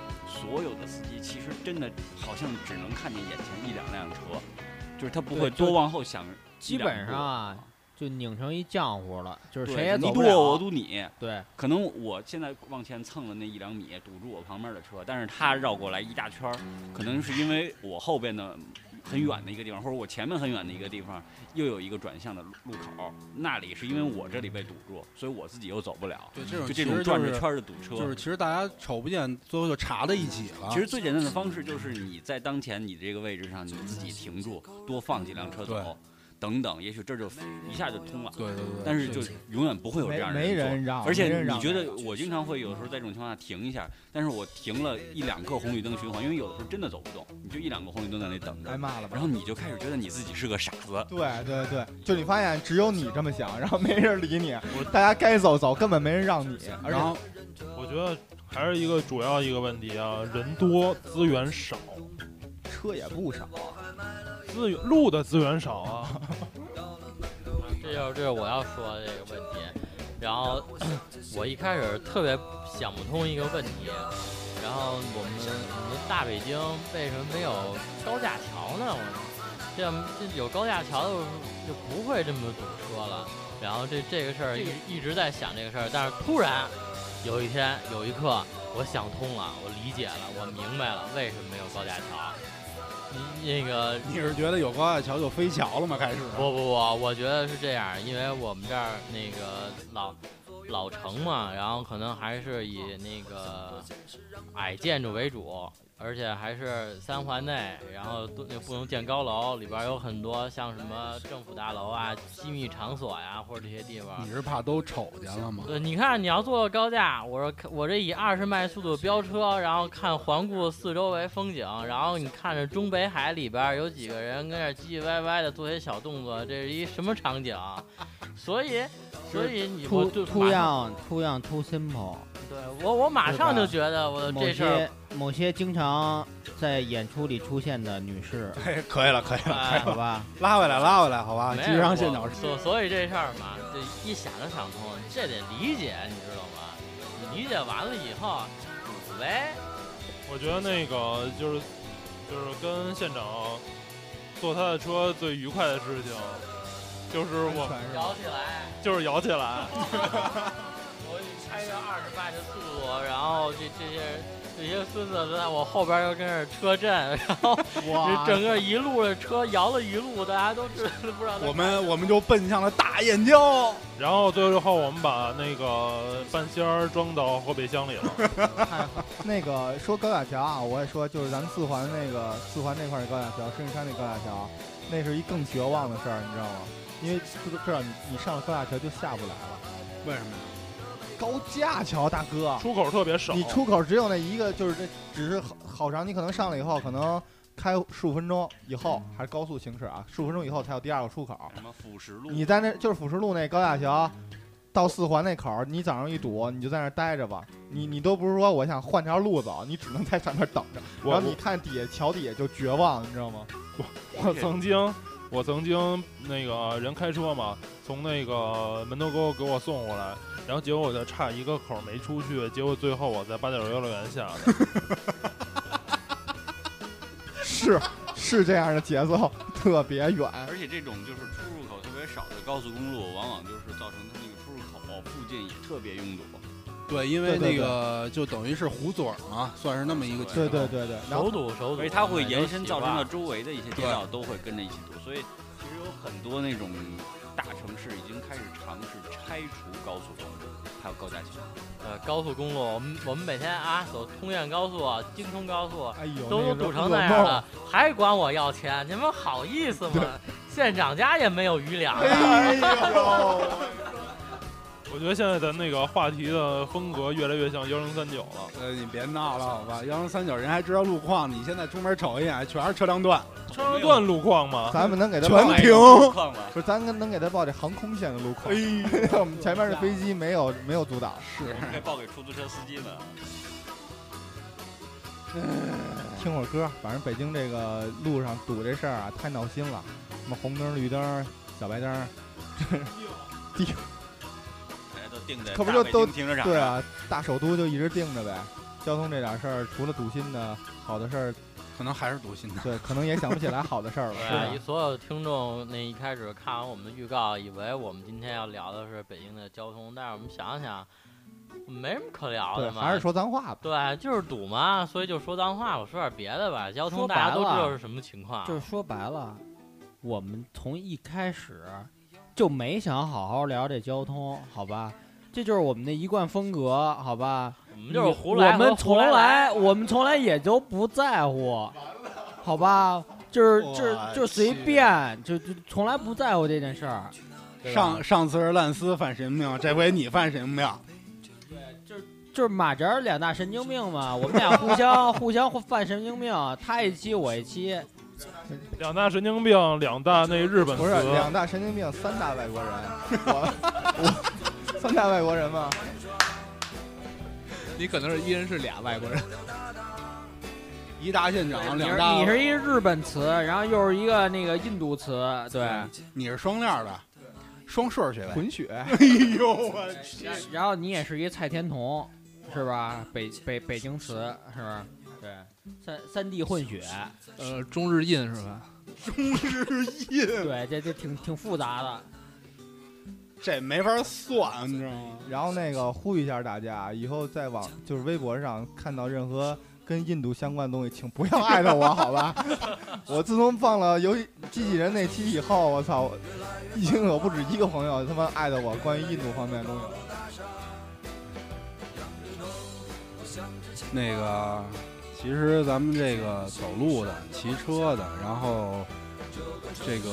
Speaker 7: 所有的司机其实真的好像只能看见眼前一两辆车，就是他不
Speaker 3: 对
Speaker 7: 会
Speaker 3: 就
Speaker 7: 多往后想一两步。
Speaker 3: 基本上啊，就拧成一浆糊了，就是谁也
Speaker 7: 对
Speaker 3: 走
Speaker 7: 你
Speaker 3: 不
Speaker 7: 堵我，
Speaker 3: 了。啊
Speaker 7: 我堵你。
Speaker 3: 对，
Speaker 7: 可能我现在往前蹭了那一两米，堵住我旁边的车，但是他绕过来一大圈儿，可能是因为我后边的很远的一个地方，或者我前面很远的一个地方又有一个转向的路路口，那里是因为我这里被堵住，所以我自己又走不了，
Speaker 2: 对这种
Speaker 7: 就
Speaker 2: 其
Speaker 7: 这
Speaker 2: 实就
Speaker 7: 种转着
Speaker 2: 是
Speaker 7: 圈儿的堵车。
Speaker 2: 就是其实大家瞅不见，最后就查在一起了。
Speaker 7: 其实最简单的方式就是你在当前你这个位置上你自己停住，多放几辆车走，等等，也许这就一下就通了。
Speaker 2: 对对对，
Speaker 7: 但是就永远不会有这
Speaker 1: 没
Speaker 7: 样的
Speaker 1: 没
Speaker 7: 做
Speaker 1: 人让，
Speaker 7: 而且
Speaker 1: 啊没人让哎
Speaker 7: 你觉得我经常会有时候在这种情况下停一下，但是我停了一两个红绿灯循环，因为有的时候真的走不动，你就一两个红绿灯在那里等
Speaker 1: 挨
Speaker 7: 着，
Speaker 1: 骂了吧
Speaker 7: 然？后你就开始觉得你自己是个傻子。
Speaker 1: 对对对，就你发现只有你这么想，然后没人理你
Speaker 4: 我，
Speaker 1: 大家该走走，根本没人让你。而
Speaker 2: 然
Speaker 1: 且
Speaker 2: 后
Speaker 4: 我觉得还是一个主要一个问题啊，人多资源少，
Speaker 1: 车也不少，
Speaker 4: 资源路的资源少啊。
Speaker 6: 这就是这是我要说的这个问题。然后我一开始特别想不通一个问题，然后我们我们大北京为什么没有高架桥呢？我这样这有高架桥的时候就不会这么堵车了。然后这这个事儿一一直在想这个事儿，但是突然有一天有一刻我想通了，我理解了，我明白了为什么没有高架桥。你那个
Speaker 8: 你是觉得有高架桥就飞桥了吗？开始
Speaker 6: 不不不，我觉得是这样，因为我们这儿那个老老城嘛，然后可能还是以那个矮建筑为主，而且还是三环内，然后都那不能建高楼，里边儿有很多像什么政府大楼啊、机密场所呀、或者这些地方
Speaker 2: 你。是怕都瞅见了吗？
Speaker 6: 对，呃你看，你要坐高架，我说看我这以二十迈速度飙车，然后看环顾四周围风景，然后你看着中北海里边儿有几个人跟那儿唧唧歪歪的做些小动作，这是一什么场景啊？所以，所以你我
Speaker 3: too
Speaker 6: 就
Speaker 3: too
Speaker 6: 马
Speaker 3: young too young too simple。
Speaker 6: 对我我马
Speaker 3: 是
Speaker 6: 上就
Speaker 3: 吧
Speaker 6: 觉得我
Speaker 3: 某
Speaker 6: 呃这事儿
Speaker 3: 些某些经常在演出里出现的女士，
Speaker 8: 嘿， 可以了，可以了，
Speaker 6: 哎
Speaker 3: 好吧？
Speaker 8: 拉回来，拉回来，好
Speaker 2: 啊
Speaker 8: 吧，
Speaker 6: 没
Speaker 8: 继
Speaker 6: 有
Speaker 8: 续让
Speaker 6: 我
Speaker 8: 现场
Speaker 6: 所所以这事儿嘛，这一想就想通，这得理解，你知道吗？你理解完了以后，补呗。
Speaker 4: 我觉得那个就是就是跟县长坐他的车最愉快的事情，就是我
Speaker 1: 全是
Speaker 6: 摇起来。
Speaker 4: 就是摇起来。
Speaker 6: 我开着二十迈的速度，然后这这些这些孙子都在我后边又跟着车震，然后这整个一路的车摇了一路，大家都知道不知道在
Speaker 8: 我们我们就奔向了大燕郊。
Speaker 4: 然后最后我们把那个半仙儿装到后备箱里了。
Speaker 1: 那个说高架桥啊，我也说就是咱们四环那个四环那块儿的高架桥，深山那高架桥，那是一更绝望的事儿，你知道吗？因为知知道你你上了高架桥就下不来了，
Speaker 8: 为什么呀？
Speaker 1: 高架桥大哥，
Speaker 4: 出口特别少，
Speaker 1: 你出口只有那一个，就是这只是好好长，你可能上了以后，可能开十五分钟以后还是高速行驶啊，十五分钟以后才有第二个出口。
Speaker 7: 什么腐蚀路？
Speaker 1: 你在那就是辅食路那高架桥，到四环那口儿，你早上一堵，你就在那儿待着吧。你你都不是说我想换条路走，你只能在上面等着。
Speaker 4: 我
Speaker 1: 然后你看底下桥底下就绝望，你知道吗？
Speaker 4: 我曾经，我曾经那个人开车嘛，从那个门头沟给我送过来，然后结果我就差一个口没出去，结果最后我在八九游乐园下的。
Speaker 1: 是是这样的节奏，特别远。
Speaker 7: 而且这种就是出入口特别少的高速公路，往往就是造成它那个出入口附近也特别拥堵。
Speaker 2: 对，因为
Speaker 1: 对对
Speaker 2: 那个就等于是糊嘴儿嘛，算是那么一个情
Speaker 1: 对
Speaker 2: 况。
Speaker 1: 对对对，然
Speaker 6: 手
Speaker 1: 后
Speaker 6: 堵手堵，
Speaker 7: 而且它会延伸
Speaker 6: 习
Speaker 7: 造
Speaker 6: 惯
Speaker 7: 成了周围的一些街道都会跟着一起堵，所以其实有很多那种大城城市已经开始尝试拆除高速公路还有高架桥。
Speaker 6: 呃，高速公路，我们我们每天啊，走通燕高速、啊、京通高速啊，
Speaker 1: 哎呦，
Speaker 6: 都
Speaker 1: 那
Speaker 6: 都
Speaker 1: 个
Speaker 6: 堵成
Speaker 1: 噩
Speaker 6: 那样
Speaker 1: 梦
Speaker 6: 了，还管我要钱，你们好意思吗？县长家也没有余粮啊，
Speaker 1: 哎呦，
Speaker 4: 我觉得现在咱那个话题的风格越来越像幺零三九了。
Speaker 8: 呃，你别闹了，好吧？幺零三九人还知道路况，你现在出门瞅一眼，全是车辆段，
Speaker 4: 车段路况嘛，
Speaker 1: 咱们能给他
Speaker 8: 全
Speaker 1: 报
Speaker 7: 哎
Speaker 8: 停。
Speaker 7: 况了。
Speaker 1: 不是，咱能给他报这航空线的路
Speaker 8: 哎，
Speaker 1: 况。我们前面的飞机没有没有阻挡，
Speaker 8: 是
Speaker 7: 还报给出租车司机呢。
Speaker 1: 听会儿歌。反正北京这个路上堵这事儿啊，太闹心了。什么红灯、绿灯、小白灯，
Speaker 7: 大家都定在
Speaker 1: 可不
Speaker 7: 大
Speaker 1: 就
Speaker 7: 北
Speaker 1: 都
Speaker 7: 京停车场
Speaker 1: 对
Speaker 7: 上，
Speaker 1: 啊，大首都就一直定着呗。交通这点事儿，除了堵心的好的事儿，
Speaker 8: 可能还是堵心的。
Speaker 1: 对，可能也想不起来好的 事儿了。
Speaker 6: 对
Speaker 1: 是吧
Speaker 6: 啊，一所有听众那一开始看完我们的预告，以为我们今天要聊的是北京的交通，但是我们想想，没什么可聊
Speaker 1: 对，
Speaker 6: 的嘛。
Speaker 1: 还是说脏话吧。
Speaker 6: 对，就是堵嘛，所以就说脏话。我说点别的吧，交通
Speaker 3: 说
Speaker 6: 大家
Speaker 3: 白
Speaker 6: 都知道
Speaker 3: 了
Speaker 6: 是什么情 况。
Speaker 3: 就是说白了，我们从一开始就没想好好聊这交通，好吧？这就是我们的一贯风格，好吧？
Speaker 6: 我们就是
Speaker 3: 你
Speaker 6: 胡来
Speaker 3: 我
Speaker 6: 和
Speaker 3: 们
Speaker 6: 胡
Speaker 3: 从
Speaker 6: 来
Speaker 3: 来，我们从来也就不在乎，好吧？就是就是
Speaker 8: 我
Speaker 3: 就随便，就就从来不在乎这件事儿。对吧
Speaker 8: 上上次是烂丝犯神经病，这回你犯神经病，
Speaker 3: 就是马哲儿两大神经病嘛，我们俩互相互相犯神经病，他一期我一期，
Speaker 4: 两大神经病，两大那日本
Speaker 1: 不是
Speaker 4: 词，
Speaker 1: 两大神经病，三大外国人，我我 三大外国人嘛，
Speaker 5: 你可能是一人是
Speaker 8: 啊
Speaker 5: 俩外国人，
Speaker 8: 一大县长，
Speaker 3: 你
Speaker 8: 两
Speaker 3: 是
Speaker 8: 大
Speaker 3: 你是一日本词，然后又是一个那个印度词， 对，
Speaker 8: 你是双料的，双顺学位。
Speaker 1: 混血。
Speaker 8: 哎呦我去！
Speaker 3: 然后你也是一蔡天童，是吧？北北北京词是吧？对，三三地混 血，
Speaker 5: 呃，中日印是吧？
Speaker 8: 中日印，
Speaker 3: 对，这这挺挺复杂的。
Speaker 8: 这没法算，你知道吗？
Speaker 1: 然后那个呼吁一下大家，以后在网就是微博上看到任何 跟印度相关的东西，请不要艾特我，好吧？ 我自从放了游戏机器人那期以后，我操，已经有不止一个朋友他妈艾特我关于印度方面的东西了。
Speaker 2: 那个，其实咱们这个走路的、骑车的，然后这个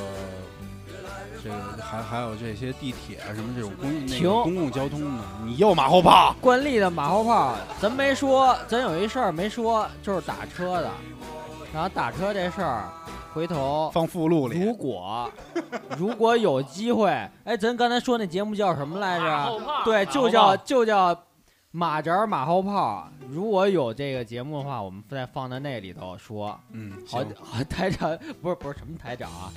Speaker 2: 这个还还有这些地铁啊什么这种公那
Speaker 3: 停
Speaker 2: 个公共交通的，你
Speaker 8: 你又马后炮，
Speaker 3: 惯例的马后炮，咱没说，咱有一事儿没说，就是打车的。然后打车这事儿，回头
Speaker 8: 放附录里
Speaker 3: 如。果如果有机会，哎，咱刚才说那节目叫什么来
Speaker 6: 马后
Speaker 3: 着？
Speaker 6: 炮
Speaker 3: 对，
Speaker 6: 马
Speaker 3: 就
Speaker 6: 后
Speaker 3: 叫
Speaker 6: 炮
Speaker 3: 就叫马哲儿马后炮。如果有这个节目的话，我们再放在那里头说。
Speaker 8: 嗯，
Speaker 3: 好
Speaker 8: 行，
Speaker 3: 好，台长不是不是什么台长啊，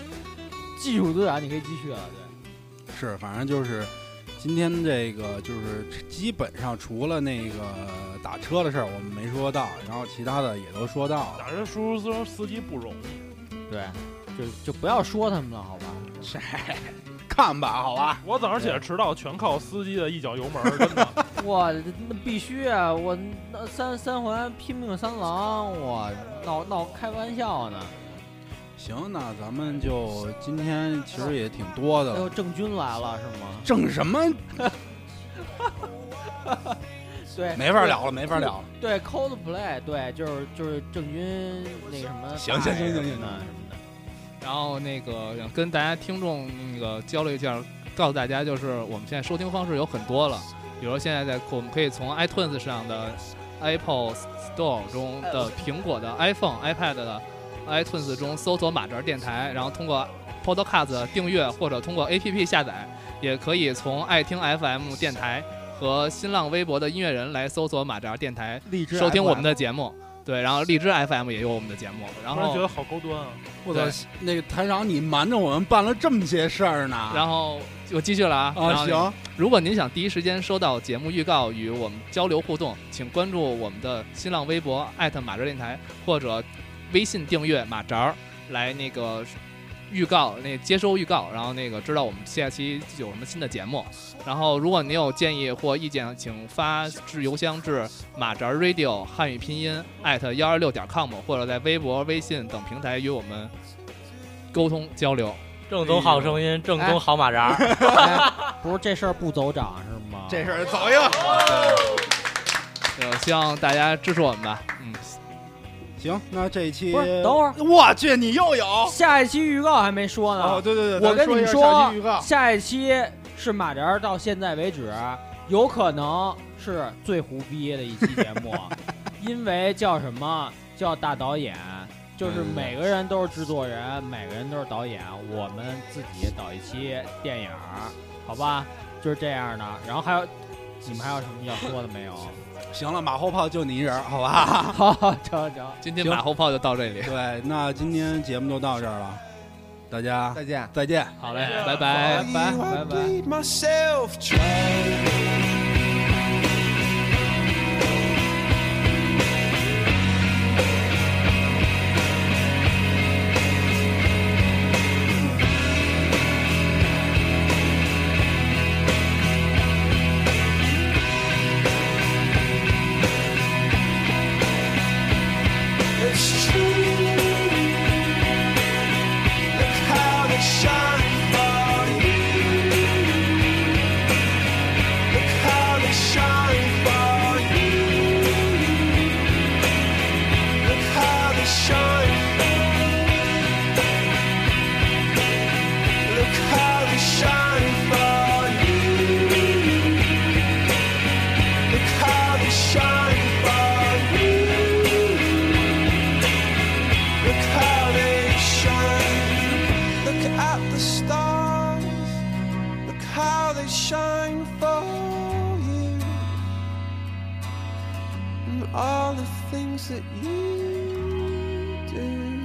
Speaker 3: 技术组长，你可以继续了。啊
Speaker 2: 是反正就是今天这个就是基本上除了那个打车的事儿我们没说到，然后其他的也都说到
Speaker 8: 啊
Speaker 2: 了。
Speaker 4: 打人出租车司机不容易。
Speaker 3: 对对，就就不要说他们了，好吧？
Speaker 8: 这看吧，好吧。
Speaker 4: 我早上起来迟到，全靠司机的一脚油门儿，真的。
Speaker 3: 我那必须啊！我那三三环拼命三郎，我闹闹开玩笑呢。
Speaker 2: 行，那咱们就今天其实也挺多的
Speaker 8: 嗯
Speaker 3: 哎呦，
Speaker 2: 了，
Speaker 3: 郑钧来了是吗？
Speaker 8: 正什么
Speaker 3: 对，
Speaker 8: 没法聊了，没法聊了。
Speaker 3: 对，Coldplay，对，就是就是郑钧那个什么，
Speaker 8: 行行行行行
Speaker 3: 啊什么的。
Speaker 5: 然后那个想跟大家听众那个交流一下，告诉大家就是我们现在收听方式有很多了，比如现在在我们可以从 iTunes 上的 Apple Store 中的苹果的 iPhone、iPad 的 iTunes 中搜索马哲电台，然后通过 Podcast 订阅或者通过 APP 下载，也可以从爱听 FM 电台和新浪微博的音乐人来搜索马哲电台
Speaker 1: 荔枝
Speaker 5: 收听我们
Speaker 1: FM
Speaker 5: 的节目。对，然后荔枝 FM 也有我们的节目，然
Speaker 4: 突然觉
Speaker 5: 后
Speaker 4: 得好高端啊！
Speaker 8: 我操，那个台长，你瞒着我们办了这么些事儿呢？
Speaker 5: 然后我继续了啊，然
Speaker 8: 啊，
Speaker 5: 后
Speaker 8: 行，
Speaker 5: 如果您想第一时间收到节目预告与我们交流互动，请关注我们的新浪微博马哲电台或者微信订阅马哲儿来那个呃预告那接收预告，然后那个知道我们下期有什么新的节目。然后如果您有建议或意见，请发至邮箱至马哲儿 radio 汉语拼音幺二六点 com 或者在微博、微信等平台与我们沟通交流。
Speaker 6: 正宗好声音，正宗好马扎儿。
Speaker 3: 哎不是这事儿不走涨是吗？
Speaker 8: 这事儿走一个。
Speaker 5: 就呃希望大家支持我们吧。嗯
Speaker 1: 行，那这一期
Speaker 3: 不是等会儿
Speaker 8: 我去，你又有？
Speaker 3: 下一期预告还没说呢。
Speaker 8: 哦，对对对，
Speaker 3: 我跟
Speaker 8: 咱
Speaker 3: 你
Speaker 8: 一下
Speaker 3: 说
Speaker 8: 下期预告，
Speaker 3: 下一期是马扎儿到现在为止，有可能是最胡逼的一期节目，因为叫什么叫大导演，就是每个人都是制作人，每个人都是导演，我们自己导一期电影儿，好吧？就是这样的。然后还有你们还有什么要说的没有？
Speaker 2: 行了，马后炮就你一人儿，好吧？
Speaker 3: 好，成成，
Speaker 5: 今天
Speaker 2: 行
Speaker 5: 马后炮就到这里，
Speaker 2: 对，那今天节目就到这儿了，大家
Speaker 1: 再见。
Speaker 2: 再见。
Speaker 5: 好嘞，拜拜。
Speaker 3: 拜拜拜。
Speaker 9: It's true. Look how they shine for you. Look how they shine for you. Look how they shine. Look how they shine for you. Look how they shine for you. Look how they shine. Look at the stars. Look how they shine for you. And all the things that you do.